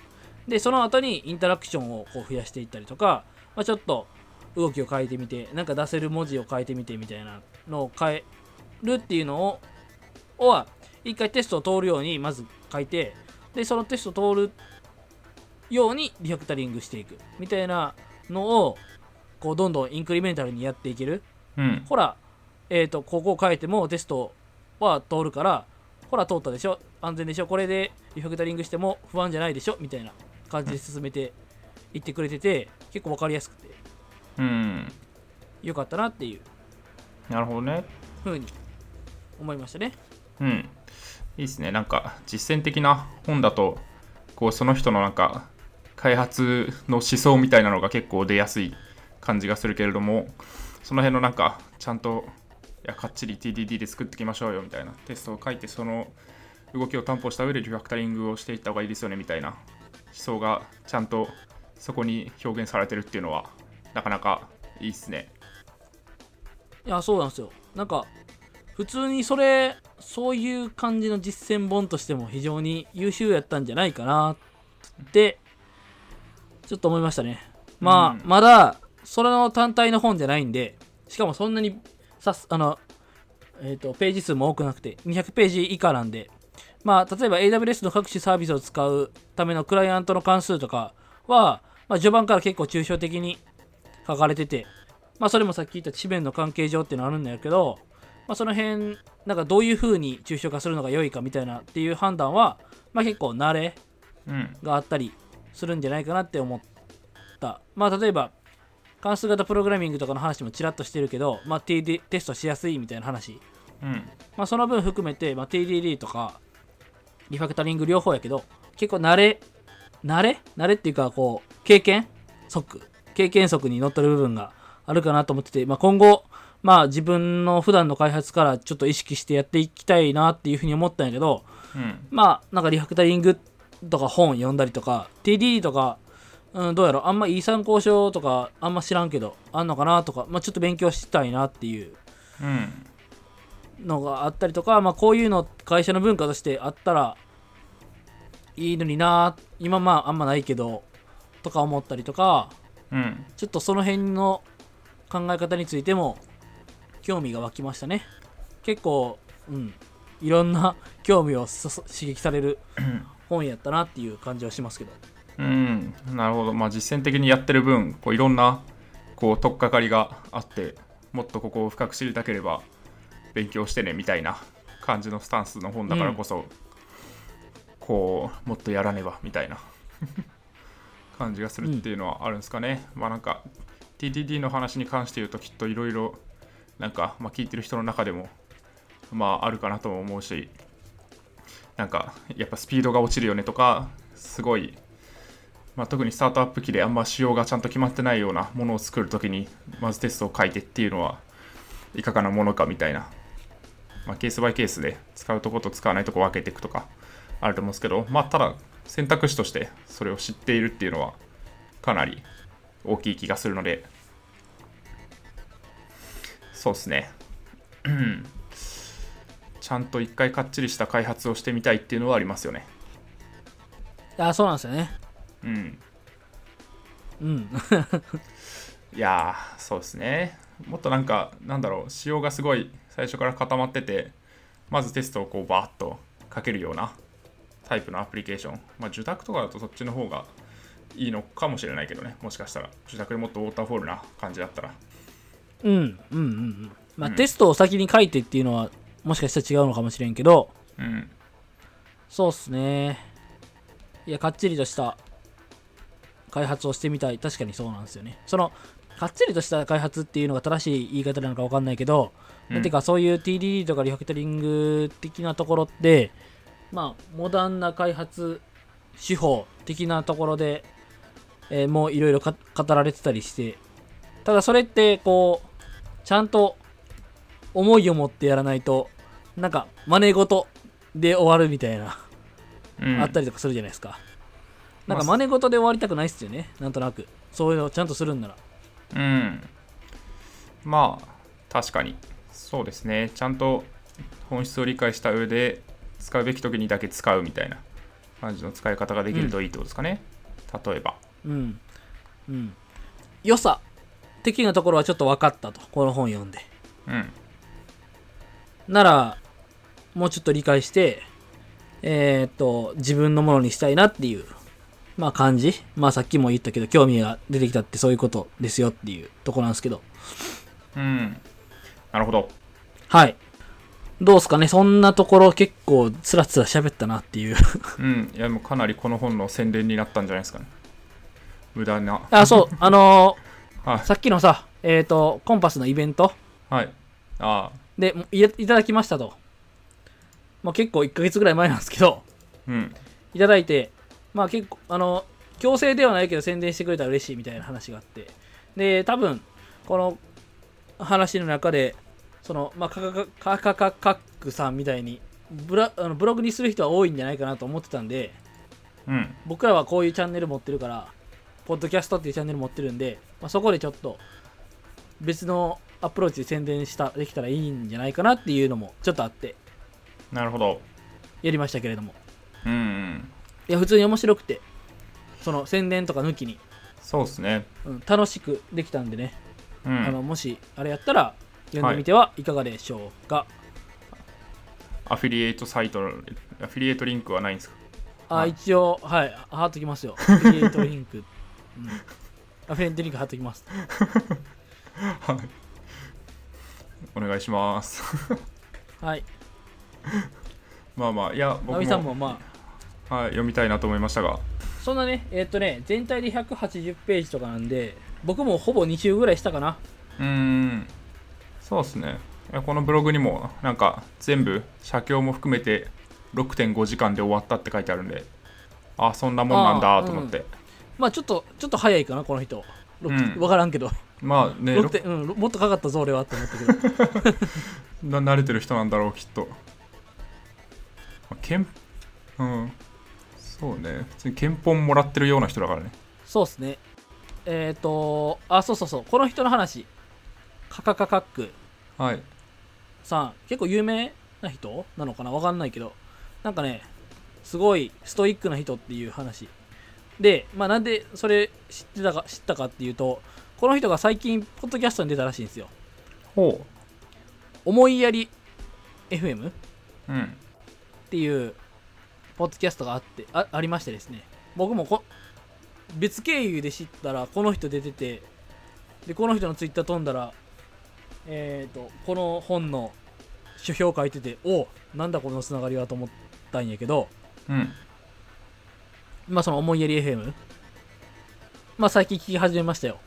Speaker 1: でその後にインタラクションをこう増やしていったりとか、まあ、ちょっと動きを変えてみてなんか出せる文字を変えてみてみたいなのを変えるっていうのををは一回テストを通るようにまず書いてでそのテストを通るようにリファクタリングしていくみたいなのをこうどんどんインクリメンタルにやっていける
Speaker 2: うん
Speaker 1: ほら、えー、とここを変えてもテストは通るからほら通ったでしょ安全でしょこれでリファクタリングしても不安じゃないでしょみたいな感じで進めていってくれてて結構分かりやすくて
Speaker 2: うん
Speaker 1: よかったなっていう
Speaker 2: なるほどね
Speaker 1: ふうに思いましたね
Speaker 2: うんいいですねなんか実践的な本だとこうその人のなんか開発の思想みたいなのが結構出やすい感じがするけれどもその辺のなんかちゃんといやかっちり TDD で作っていきましょうよみたいなテストを書いてその動きを担保した上でリファクタリングをしていった方がいいですよねみたいな思想がちゃんとそこに表現されてるっていうのはなかなかいいっすね
Speaker 1: いやそうなんですよなんか普通にそれそういう感じの実践本としても非常に優秀やったんじゃないかなってちょっと思いましたねまあ、
Speaker 2: うん
Speaker 1: まだそれの単体の本じゃないんでしかもそんなにさすあのえっ、とページ数も多くなくて200ページ以下なんでまあ例えば AWS の各種サービスを使うためのクライアントの関数とかは、まあ、序盤から結構抽象的に書かれててまあそれもさっき言った地面の関係上っていうのあるんだけど、まあ、その辺なんかどういう風に抽象化するのが良いかみたいなっていう判断は、まあ、結構慣れ
Speaker 2: うん
Speaker 1: があったりするんじゃないかなって思ったまあ例えば関数型プログラミングとかの話もちらっとしてるけど、まあ、TD テストしやすいみたいな話、
Speaker 2: うん
Speaker 1: まあ、その分含めて、まあ、TDD とかリファクタリング両方やけど結構慣れ慣れ慣れっていうかこう経験則経験則に乗っとる部分があるかなと思ってて、まあ、今後まあ自分の普段の開発からちょっと意識してやっていきたいなっていうふうに思ったんやけど
Speaker 2: うん
Speaker 1: まあなんかリファクタリングとか本読んだりとか TD とか、うん、どうやろあんまいい参考書とかあんま知らんけどあんのかなとか、まあ、ちょっと勉強したいなっていう
Speaker 2: うん
Speaker 1: のがあったりとか、まあ、こういうの会社の文化としてあったらいいのにな今まああんまないけどとか思ったりとか
Speaker 2: うん
Speaker 1: ちょっとその辺の考え方についても興味が湧きましたね結構うんいろんな 興味をそそ刺激され る本やったなっていう感じはしますけど
Speaker 2: うんなるほどまあ実践的にやってる分こういろんなこう取っかかりがあってもっとここを深く知りたければ勉強してねみたいな感じのスタンスの本だからこそ、こうもっとやらねばみたいな 感じがするっていうのはあるんですかね、まあなんか TDD の話に関して言うときっといろいろなんか、まあ、聞いてる人の中でもまああるかなとも思うしなんかやっぱスピードが落ちるよねとかすごいまあ、特にスタートアップ機であんま仕様がちゃんと決まってないようなものを作るときにまずテストを書いてっていうのはいかがなものかみたいな、まあ、ケースバイケースで使うとこと使わないとこ分けていくとかあると思うんですけど、まあ、ただ選択肢としてそれを知っているっていうのはかなり大きい気がするのでそうですねうんちゃんと一回かっちりした開発をしてみたいっていうのはありますよね
Speaker 1: あそうなんですよね
Speaker 2: うん
Speaker 1: うん
Speaker 2: いやーそうですねもっとなんかなんだろう仕様がすごい最初から固まっててまずテストをこうバーッとかけるようなタイプのアプリケーションまあ受託とかだとそっちの方がいいのかもしれないけどねもしかしたら受託でもっとウォーターフォールな感じだったら
Speaker 1: うんうんうんうんまあ、
Speaker 2: うん
Speaker 1: テストを先に書いてっていうのはもしかしたら違うのかもしれんけど
Speaker 2: うん
Speaker 1: そうっすね。いや、かっちりとした開発をしてみたい。確かにそうなんですよね。その、かっちりとした開発っていうのが正しい言い方なのか分かんないけど、
Speaker 2: うん
Speaker 1: てかそういう TDD とかリファクタリング的なところって、まあ、モダンな開発手法的なところで、えーもういろいろか語られてたりして、ただそれって、こう、ちゃんと思いを持ってやらないと、なんか、真似事で終わるみたいな。
Speaker 2: うん
Speaker 1: あったりとかするじゃないですか。なんか
Speaker 2: まあ
Speaker 1: 真似事で終わりたくないっすよね、なんとなく。そういうのをちゃんとするんなら。
Speaker 2: うんまあ確かにそうですねちゃんと本質を理解した上で使うべき時にだけ使うみたいな感じの使い方ができるといいってことですかね、例えば
Speaker 1: うん。うん。良さ的なところはちょっと分かったと、この本読んで。
Speaker 2: うん
Speaker 1: なら、もうちょっと理解して、えーっと、自分のものにしたいなっていう、まあ感じ。まあさっきも言ったけど、興味が出てきたってそういうことですよっていうとこなんですけど。
Speaker 2: うんなるほど
Speaker 1: はい。どうっすかねそんなところ結構つらつら喋ったな っていう。
Speaker 2: うんいやもうかなりこの本の宣伝になったんじゃないですかね無駄な
Speaker 1: あ、そう、あのー、
Speaker 2: はい
Speaker 1: さっきのさ、えっ、と、コンパスのイベント
Speaker 2: はいああ
Speaker 1: でもういいただきましたと。まあ結構1ヶ月ぐらい前なんですけど、
Speaker 2: うん
Speaker 1: いただいて、まあ結構、あの、強制ではないけど宣伝してくれたら嬉しいみたいな話があって。で、多分、この話の中で、その、まあ、カカカカカカックさんみたいに、ブラあのブログにする人は多いんじゃないかなと思ってたんで、
Speaker 2: うん
Speaker 1: 僕らはこういうチャンネル持ってるから、ポッドキャストっていうチャンネル持ってるんで、まあ、そこでちょっと別のアプローチで宣伝したできたらいいんじゃないかなっていうのもちょっとあって
Speaker 2: なるほど
Speaker 1: やりましたけれども、
Speaker 2: うん、うん、
Speaker 1: いや、普通に面白くて、その宣伝とか抜きに、
Speaker 2: そうですね
Speaker 1: うん、楽しくできたんでね、
Speaker 2: う
Speaker 1: あ
Speaker 2: ん
Speaker 1: のもしあれやったら読んでみてはいかがでしょうか。
Speaker 2: アフィリエイトサイトのアフィリエイトリンクはないんですかは
Speaker 1: あ
Speaker 2: い
Speaker 1: 一応、はい、貼っときます よ。アフィリエイトリンク。うん、アフィリエイトリンク貼っときます。
Speaker 2: はい。お願いします。
Speaker 1: はい。
Speaker 2: まあまあ、いや、
Speaker 1: ナ
Speaker 2: 僕
Speaker 1: ミさんも
Speaker 2: も、
Speaker 1: まあ
Speaker 2: はい、読みたいなと思いましたが、
Speaker 1: そんなね、えーっ、とね、全体で180ページとかなんで、僕もほぼ2週ぐらいしたかな。
Speaker 2: うーん、そうですね。いやこのブログにも、なんか、全部、写経も含めて、6.5時間で終わったって書いてあるんで、あそんなもんなんだと思って、
Speaker 1: まあちょっとちょっと早いかなこの人
Speaker 2: う
Speaker 1: 分
Speaker 2: ん
Speaker 1: からんけど、
Speaker 2: まあね
Speaker 1: 六点うん、もっとかかったぞ俺はって思ったけど
Speaker 2: な慣れてる人なんだろうきっとまあ憲うんそうね普通に憲本もらってるような人だからね
Speaker 1: そうっすねえっ、ー、とあそうそうそうこの人の話カカカカック
Speaker 2: はい
Speaker 1: さん結構有名な人なのかなわかんないけどなんかねすごいストイックな人っていう話でまあなんでそれ知ってたか知ったかっていうとこの人が最近ポッドキャストに出たらしいんですよ
Speaker 2: ほ
Speaker 1: 思いやり FM っ
Speaker 2: ううん
Speaker 1: ていうポッドキャストがあってあありましてですね僕もこ別経由で知ったらこの人出ててでこの人のツイッター飛んだらえっ、とこの本の書評書いてておうなんだこのつながりはと思ったんやけど
Speaker 2: うん
Speaker 1: まあその思いやり FM まあ最近聞き始めましたよ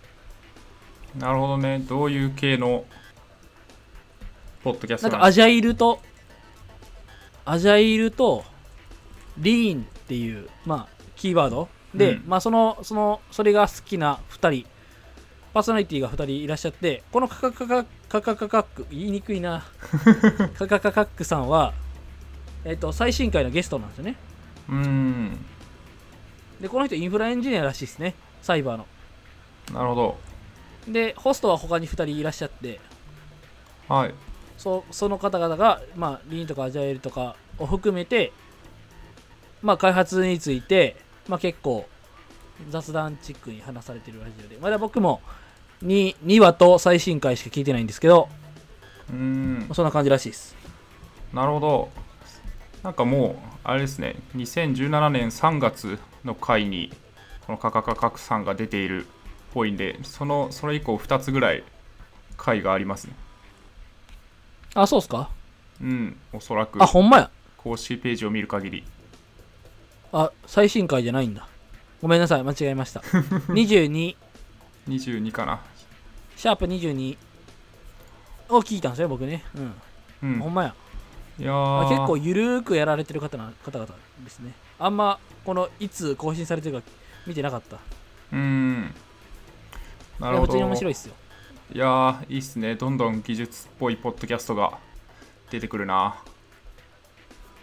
Speaker 2: なるほどねどういう系のポッドキャス
Speaker 1: な
Speaker 2: ト
Speaker 1: ん
Speaker 2: な
Speaker 1: か
Speaker 2: ん
Speaker 1: ア
Speaker 2: です
Speaker 1: ジャイルと、アジャイルと、リーンっていう、まあ、キーワードで、
Speaker 2: うん
Speaker 1: まあ、その、その、それが好きな2人、パーソナリティが2人いらっしゃって、このカカカカカカカカック、言いにくい な、カカカカックさんは、えっと、最新回のゲストなんですよね。
Speaker 2: うーん
Speaker 1: で、この人、インフラエンジニアらしいですね、サイバーの。
Speaker 2: なるほど
Speaker 1: で、ホストは他に2人いらっしゃって、
Speaker 2: はい
Speaker 1: そその方々が、まあ、リーンとかアジャイルとかを含めて、まあ、開発について、まあ、結構雑談チックに話されてるラジオでまだ僕も 2, 2話と最新回しか聞いてないんですけど
Speaker 2: うーん
Speaker 1: そんな感じらしいです
Speaker 2: なるほどなんかもうあれですね2017年3月の回にこのカカカカクさんが出ているっぽいんでそのそれ以降2つぐらい回がありますね
Speaker 1: あそうっすか
Speaker 2: うんおそらく
Speaker 1: あほんまや
Speaker 2: 公式ページを見る限り
Speaker 1: あ最新回じゃないんだごめんなさい間違えました 22
Speaker 2: 22かな
Speaker 1: シャープ22を聞いたんですよ僕ねうん、
Speaker 2: う
Speaker 1: ほ
Speaker 2: ん
Speaker 1: んまや
Speaker 2: いや
Speaker 1: まあ
Speaker 2: ー
Speaker 1: 結構ゆるーくやられてる方な方々ですね。あんまこのいつ更新されてるか見てなかった。
Speaker 2: うーんないる
Speaker 1: や
Speaker 2: ほ
Speaker 1: 普
Speaker 2: ど
Speaker 1: 通に面白いっすよ。
Speaker 2: いやーいいっすねどんどん技術っぽいポッドキャストが出てくるな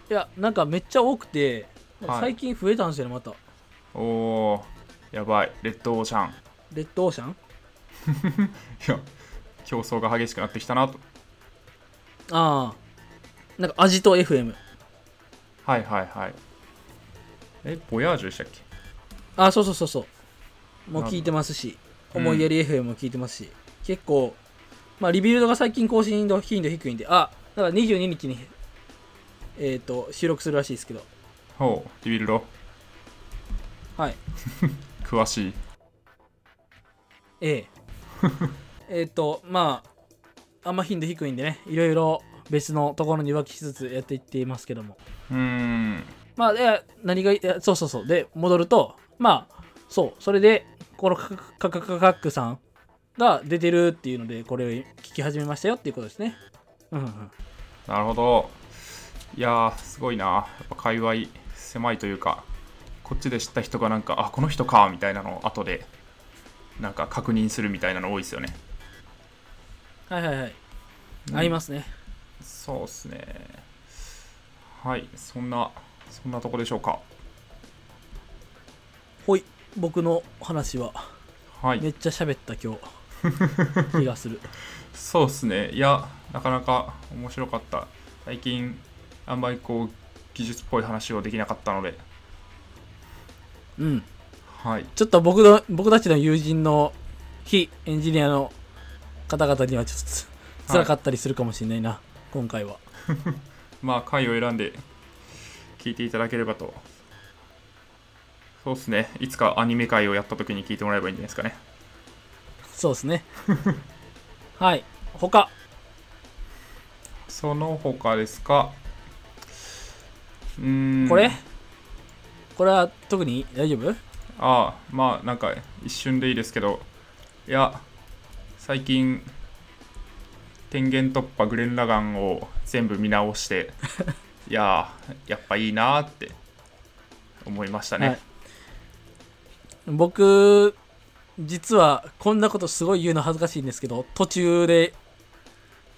Speaker 2: い
Speaker 1: やなんかめっちゃ多くてなん
Speaker 2: は
Speaker 1: か
Speaker 2: い
Speaker 1: 最近増えたんですよねまた。
Speaker 2: おーやばいレッドオーシャン
Speaker 1: レッドオーシャン
Speaker 2: いや競争が激しくなってきたなと
Speaker 1: ああ。なんか味と FM。
Speaker 2: はいはいはいえボヤージュでしたっけ
Speaker 1: ああそうそうそうそう。もう
Speaker 2: なんだ
Speaker 1: 聞いてますし、
Speaker 2: うん
Speaker 1: 思いやり FM も聞いてますし、結構、まあリビルドが最近更新度頻度低いんで、あだから22日に、えっと収録するらしいですけど、
Speaker 2: ほうリビルド
Speaker 1: はい。
Speaker 2: 詳しい
Speaker 1: えええっとまああんま頻度低いんでねいろいろ別のところに浮気しつつやっていっていますけども
Speaker 2: うーん
Speaker 1: まあで何がいいやそうそうそうで戻るとまあそうそれでこのカカカカカカックさんが出てるっていうのでこれを聞き始めましたよっていうことですねうんうん
Speaker 2: なるほどいやーすごいなやっぱ界隈狭いというかこっちで知った人がなんかあこの人かみたいなのを後でなんか確認するみたいなの多いですよね
Speaker 1: はいはいはい、ありますすね
Speaker 2: そうっすねはいそんなそんなとこでしょうか
Speaker 1: ほい僕の話は
Speaker 2: はい
Speaker 1: めっちゃ喋った今 日気がする
Speaker 2: そうですね、いや、なかなか面白かった。最近、あんまりこう、技術っぽい話をできなかったので、
Speaker 1: うん
Speaker 2: はい、
Speaker 1: ちょっと僕の僕たちの友人の非エンジニアの方々にはちょっとつ
Speaker 2: はい
Speaker 1: 辛かったりするかもしれないな、今回は。
Speaker 2: まあ、回を選んで聞いていただければと。そうですね、いつかアニメ回をやった時に聞いてもらえばいいんじゃないですかね。
Speaker 1: そうです ね。はい。他、
Speaker 2: その他ですか、うーん、
Speaker 1: これ、これは特に大丈夫
Speaker 2: ああまあなんか一瞬でいいですけどいや最近天元突破グレン・ラガン を全部見直していやーやっぱいいなーって思いましたね、
Speaker 1: はい僕実はこんなことすごい言うの恥ずかしいんですけど途中で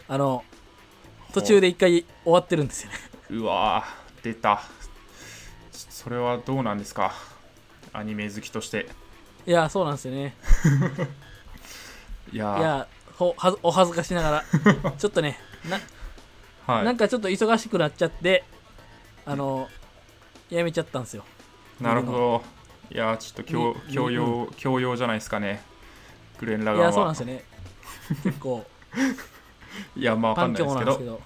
Speaker 1: あの途中で一回終わってるんですよね
Speaker 2: うわー出たそそれはどうなんですかアニメ好きとして
Speaker 1: いやそうなんですよね
Speaker 2: いやー
Speaker 1: いやほはずお恥ずかしなが らちょっとねな
Speaker 2: はい
Speaker 1: なんかちょっと忙しくなっちゃってあのやめちゃったんですよ
Speaker 2: なるほど。いやー、ちょっと強
Speaker 1: に
Speaker 2: 強要、強要じゃないですかね。グレン・ラ
Speaker 1: い
Speaker 2: ガ
Speaker 1: や
Speaker 2: ン
Speaker 1: そうなん
Speaker 2: は
Speaker 1: です。よね結構
Speaker 2: いや、ま あわかん
Speaker 1: 環
Speaker 2: ない
Speaker 1: 境
Speaker 2: です
Speaker 1: なんで
Speaker 2: け
Speaker 1: すけ、
Speaker 2: ど
Speaker 1: ど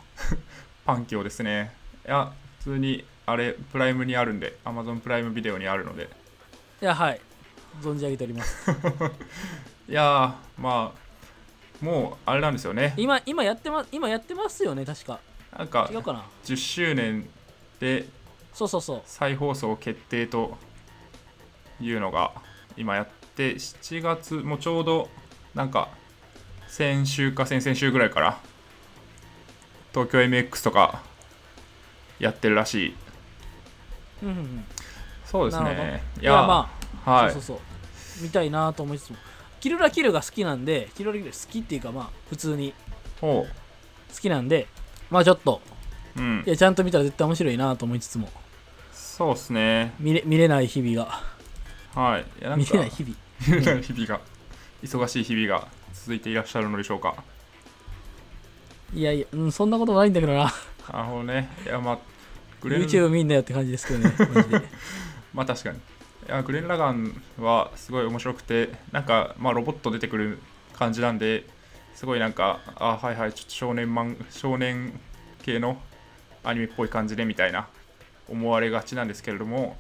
Speaker 2: パンキョですね。いや、普通に、あれ、プライムにあるんで、Amazon プライムビデオにあるので。
Speaker 1: いやはい存じ上げております
Speaker 2: いやー、まあ、もう、あれなんですよね。
Speaker 1: 今今やってます今やってますよね確か
Speaker 2: なんか
Speaker 1: 違、うかな
Speaker 2: 10周年で
Speaker 1: そうそうそう
Speaker 2: 再放送決定というのが、今やって、7月、もうちょうど、なんか、先週か先々週ぐらいから東京 MX とかやってるらしい
Speaker 1: うんうんうん
Speaker 2: そうです
Speaker 1: なる
Speaker 2: ねい
Speaker 1: いやま
Speaker 2: あ
Speaker 1: あ、
Speaker 2: はい
Speaker 1: そうそうそう見たいなと思いつつもキルラキルが好きなんでキルラキル好きっていうかまあ普通に
Speaker 2: ほ
Speaker 1: 好きなんでまあちょっと
Speaker 2: ううん
Speaker 1: いやちゃんと見たら絶対面白いなと思いつつも
Speaker 2: そうですね
Speaker 1: 見れ見れない日々が
Speaker 2: はいいやなん
Speaker 1: 見
Speaker 2: か
Speaker 1: れない日々
Speaker 2: 見れ ない日々が忙しい日々が続いていらっしゃるのでしょうか
Speaker 1: いやいや、うん、そんなことないんだけどな
Speaker 2: なるほどねいやまあグレン
Speaker 1: YouTube 見んなよって感じですけどねマ ジで
Speaker 2: まあ確かにいやグレン・ラガンはすごい面白くてなんかまあロボット出てくる感じなんですごいなんかあはいはいちょっと少年マン少年系のアニメっぽい感じでみたいな思われがちなんですけれども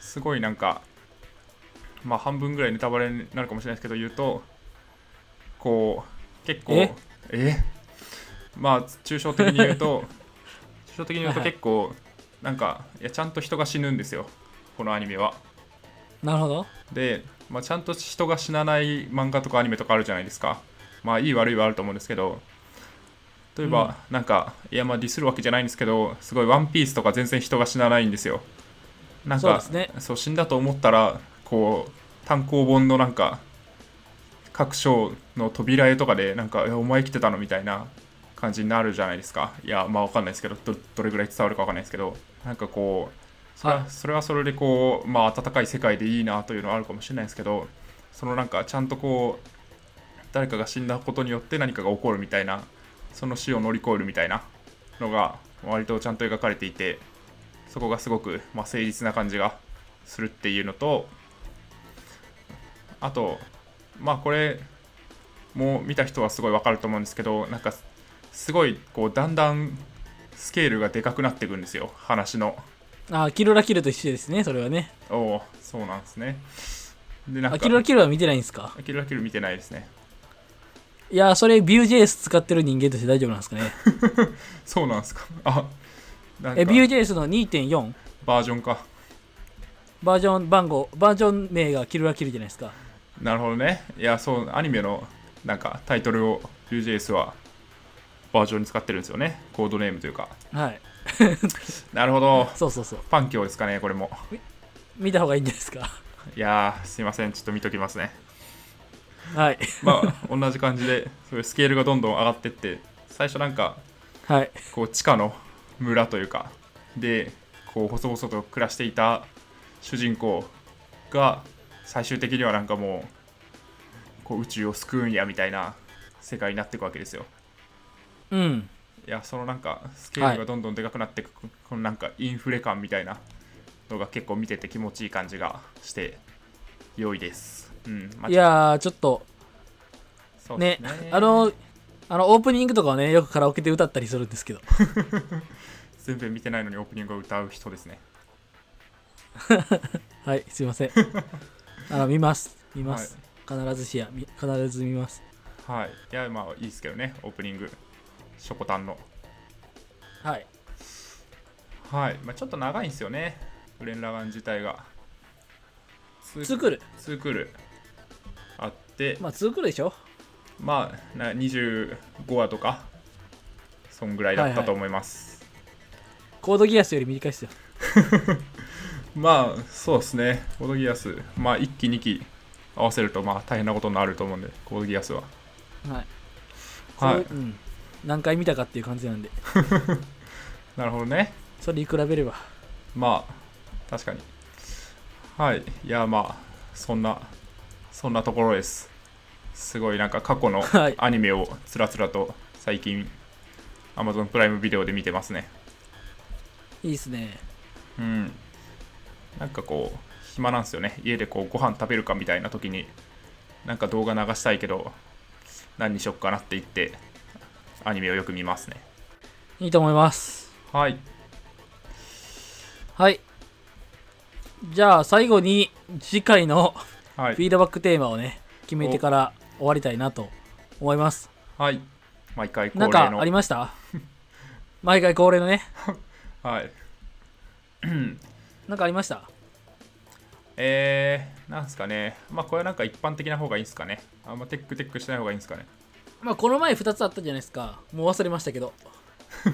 Speaker 2: すごいなんかまあ半分ぐらいネタバレになるかもしれないですけど言うとこう結構
Speaker 1: え
Speaker 2: えまあ抽象的に言う と抽象的に言うと結構なんかいやちゃんと人が死ぬんですよこのアニメは
Speaker 1: なるほど
Speaker 2: で、まあ、ちゃんと人が死なない漫画とかアニメとかあるじゃないですかまあいい悪いはあると思うんですけど例えば、なんかいやまあディスるわけじゃないんですけどすごい「ワンピースとか全然人が死なないんですよなん
Speaker 1: そう
Speaker 2: か
Speaker 1: ですね
Speaker 2: そう死んだと思ったらこう単行本のなんか各章の扉絵とかでなんかえ「お前生きてたの?」みたいな感じになるじゃないですかいやまあわかんないですけどどどれぐらい伝わるかわかんないですけどなんかこうそれ
Speaker 1: は
Speaker 2: はそれはそれでこうまあ温かい世界でいいなというのはあるかもしれないですけどそのなんかちゃんとこう誰かが死んだことによって何かが起こるみたいなその死を乗り越えるみたいなのが割とちゃんと描かれていてそこがすごく、まあ、誠実な感じがするっていうのとあとまあこれも見た人はすごいわかると思うんですけどなんかすごいこうだんだんスケールがでかくなっていくんですよ話の
Speaker 1: あーキルラキルと一緒ですねそれはね
Speaker 2: おおそうなんですねでなんか
Speaker 1: あキルラキルは見てないんですか
Speaker 2: キルラキル見てないですね
Speaker 1: いやーそれビュー JS 使ってる人間として大丈夫なんですかね
Speaker 2: そうなんですかあなんか
Speaker 1: えビュー JS の2.4
Speaker 2: バージョンか
Speaker 1: バージョン番号バージョン名がキルラキルじゃないですか
Speaker 2: なるほどね。いや、そう、アニメのなんかタイトルを Vue.js はバージョンに使ってるんですよね。コードネームというか。
Speaker 1: はい
Speaker 2: なるほど。
Speaker 1: そうそうそう
Speaker 2: パンキョですかね、これも。
Speaker 1: 見た方がいいんじゃないですか
Speaker 2: いやー、すいません。ちょっと見ときますね。
Speaker 1: はい
Speaker 2: まあ、同じ感じで、そういうスケールがどんどん上がってって、最初なんか、
Speaker 1: はい
Speaker 2: こう地下の村というかでこう細々と暮らしていた主人公が最終的にはなんかもうこう宇宙を救うんやみたいな世界になっていくわけですよ
Speaker 1: うん
Speaker 2: いやそのなんかスケールがどんどんでかくなっていく、このなんかインフレ感みたいなのが結構見てて気持ちいい感じがして良いですうんまあ
Speaker 1: いやーちょっと
Speaker 2: そうで
Speaker 1: ね
Speaker 2: すね
Speaker 1: あのあのオープニングとかはねよくカラオケで歌ったりするんですけど
Speaker 2: 全編見てないのにオープニングを歌う人ですね
Speaker 1: はいすいませ んあの見ます見ます、必ずしやみ必ず見ます
Speaker 2: はいいやまあいいですけどねオープニングショコタンの
Speaker 1: はい
Speaker 2: はい、まあ、ちょっと長いんですよね、フレンラガン自体が。ツ
Speaker 1: 2クール
Speaker 2: ツークールあって、ま
Speaker 1: まあ2クールでしょ
Speaker 2: あな25話とか、そんぐらいだっ
Speaker 1: はいは
Speaker 2: た
Speaker 1: い
Speaker 2: と思います。
Speaker 1: コードギアスより短いですよ
Speaker 2: まあそうですねコードギアスまあ1期2期合わせるとまあ大変なことになると思うんでコードギアスは
Speaker 1: はい
Speaker 2: はい
Speaker 1: これうん、何回見たかっていう感じなんで
Speaker 2: なるほどね
Speaker 1: それに比べれば
Speaker 2: まあ確かにはいいやまあそんなそんなところですすごいなんか過 去の
Speaker 1: はい
Speaker 2: アニメをつらつらと最近 Amazon プライムビデオで見てますね
Speaker 1: いいですね
Speaker 2: うんなんかこう暇なんですよね家でこうご飯食べるかみたいな時になんか動画流したいけど何にしよっかなって言ってアニメをよく見ますね
Speaker 1: いいと思います
Speaker 2: はい
Speaker 1: はいじゃあ最後に次回の
Speaker 2: は
Speaker 1: フィ
Speaker 2: い
Speaker 1: ードバックテーマをね決めてから終わりたいなと思います
Speaker 2: はい毎回恒
Speaker 1: なん
Speaker 2: 例
Speaker 1: か
Speaker 2: の
Speaker 1: ありました 毎回恒例のね
Speaker 2: はい
Speaker 1: なんかありました
Speaker 2: えー、なんですかねまあこれはなんか一般的な方がいいんですかねあんまテックテックしない方がいいんですかね
Speaker 1: まあこの前2つあったじゃないですかもう忘れましたけ ど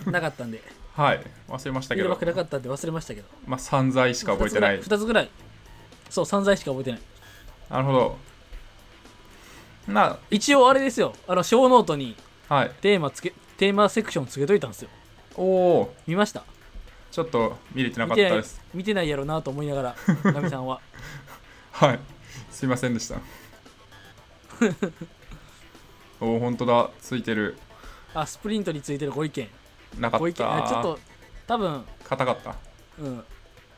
Speaker 1: なかったんで
Speaker 2: はい忘れました
Speaker 1: フィード
Speaker 2: けど
Speaker 1: バックなかったんで忘れましたけど
Speaker 2: まあ散財しか覚えてない
Speaker 1: 2つぐら2つぐらいそう散財しか覚えてない
Speaker 2: なるほどな
Speaker 1: 一応あれですよあの小ノートに
Speaker 2: はい
Speaker 1: テーマつけテーマセクションつけといたんですよ
Speaker 2: おお
Speaker 1: 見ました
Speaker 2: ちょっと見れてなか
Speaker 1: 見
Speaker 2: ってた
Speaker 1: ない
Speaker 2: です
Speaker 1: 見てないやろなと思いながらナミさん は
Speaker 2: はい、すいませんでした。おお、本当だ、ついてる。
Speaker 1: あスプリントについてるご意見
Speaker 2: なか
Speaker 1: ご
Speaker 2: っ
Speaker 1: 意見ちょ
Speaker 2: た。
Speaker 1: っと多分
Speaker 2: 硬かった。
Speaker 1: うん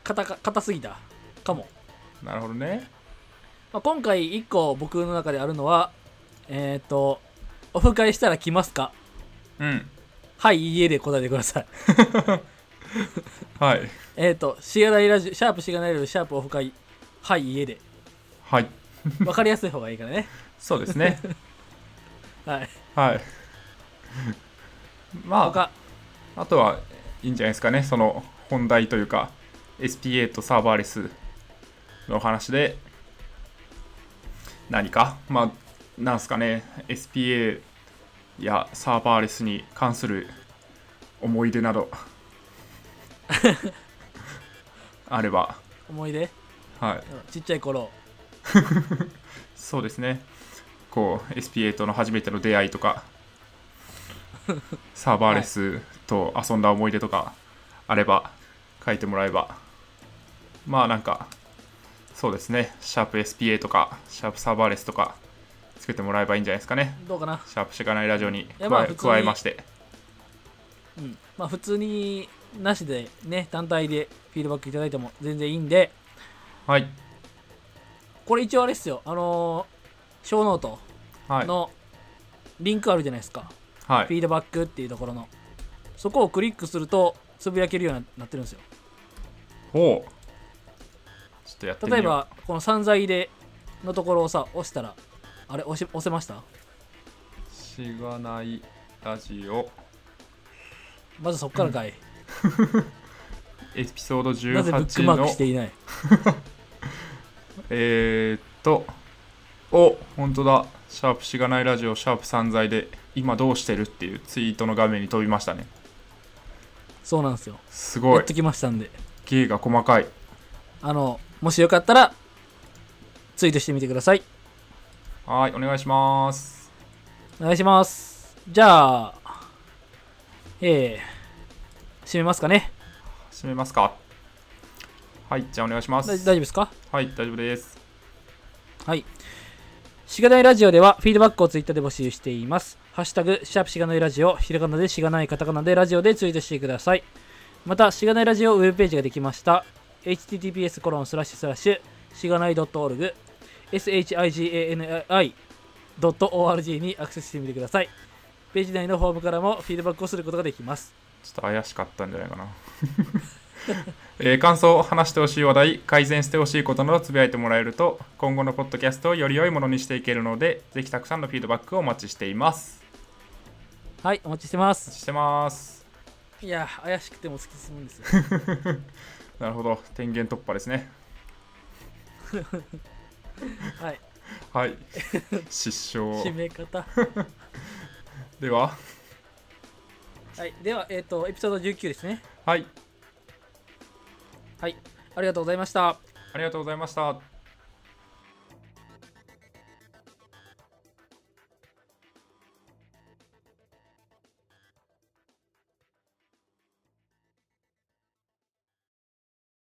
Speaker 1: 硬か硬すぎたかも、
Speaker 2: なるほどね。
Speaker 1: まあ、今回1個僕の中であるのはえっ、とオフ会したら来ますか
Speaker 2: うん。
Speaker 1: はいいいえで答えてください
Speaker 2: はい。
Speaker 1: えっとしがないラジオシャープしがないラジオシャープオフ会はいいいえで
Speaker 2: はい。
Speaker 1: 分かりやすい方がいいからね
Speaker 2: そうですね。
Speaker 1: はい
Speaker 2: はい。まあ、
Speaker 1: 他
Speaker 2: あとはいいんじゃないですかね。その本題というか、SPA とサーバーレスのお話で、何か、まあ、なんすかね、SPA やサーバーレスに関する思い出など、あれば、
Speaker 1: 思い出
Speaker 2: は
Speaker 1: う
Speaker 2: い、
Speaker 1: んちっちゃい頃
Speaker 2: そうですね、こう、SPA との初めての出会いと か、サーバーレスと遊んだ思い出とかあれば、書いてもらえば、まあなんか、そうですね、シャープ SPA とか、シャープサーバーレスとか、つけてもらえばいいんじゃないですかね。
Speaker 1: どうかな
Speaker 2: シャープしかないラジオに
Speaker 1: いやまあ
Speaker 2: 加
Speaker 1: 普
Speaker 2: え
Speaker 1: 通に
Speaker 2: 加えまして。
Speaker 1: うん、まあ普通になしでね単体でフィードバックいただいても全然いいんで
Speaker 2: はい。
Speaker 1: これ一応あれっすよあのー、ショーノート
Speaker 2: はい。
Speaker 1: のリンクあるじゃないですか、
Speaker 2: は
Speaker 1: フ
Speaker 2: い。
Speaker 1: ィードバックっていうところのそこをクリックするとつぶやけるようになってるんですよ
Speaker 2: ほう。ちょっとやってみよ
Speaker 1: 例
Speaker 2: う
Speaker 1: えばこの散財でのところをさ押したらあれ押し押せました
Speaker 2: しがないラジオ。
Speaker 1: まずそっからかい、
Speaker 2: エピソード
Speaker 1: なぜブック
Speaker 2: 18
Speaker 1: マー
Speaker 2: の
Speaker 1: クしていない
Speaker 2: えー、っとお本当だシャープしがないラジオシャープ散財で今どうしてるっていうツイートの画面に飛びましたね
Speaker 1: そうなんですよ
Speaker 2: す
Speaker 1: や
Speaker 2: ごい
Speaker 1: っときましたんで
Speaker 2: 芸が細かい
Speaker 1: あのもしよかったらツイートしてみてください
Speaker 2: はーいお願いします
Speaker 1: お願いします。じゃあ、えー、閉めますかね。
Speaker 2: 閉めますかはいじゃあお願いしま
Speaker 1: だ大
Speaker 2: す
Speaker 1: 丈夫ですか
Speaker 2: はい大丈夫です
Speaker 1: はい。しがないラジオではフィードバックをツイッターで募集しています。ハッシュタグ、シャープしがないラジオ、ひらがなでしがないカタカナでラジオでツイートしてください。また、しがないラジオウェブページができました。https コロンスラッシュスラッシュしがない .org shiganai.org にアクセスしてみてください。ページ内のフォームからもフィードバックをすることができます。
Speaker 2: ちょっと怪しかったんじゃないか なえー感想、話してほしい話題、改善してほしいことなどつぶやいてもらえると、今後のポッドキャストをより良いものにしていけるので、ぜひたくさんのフィードバックをお待ちしています。
Speaker 1: はい、お待ちしてま
Speaker 2: お
Speaker 1: す
Speaker 2: 待。ちしてます。
Speaker 1: いや、怪しくても突き進むんですよ。
Speaker 2: なるほど、天元突破ですね。
Speaker 1: はい、
Speaker 2: はい、 失
Speaker 1: 締
Speaker 2: 笑。
Speaker 1: め方。
Speaker 2: では、
Speaker 1: はい、では、えっ、と、エピソード19ですね。
Speaker 2: はい、
Speaker 1: はい。ありがとうございました。
Speaker 2: ありがとうございました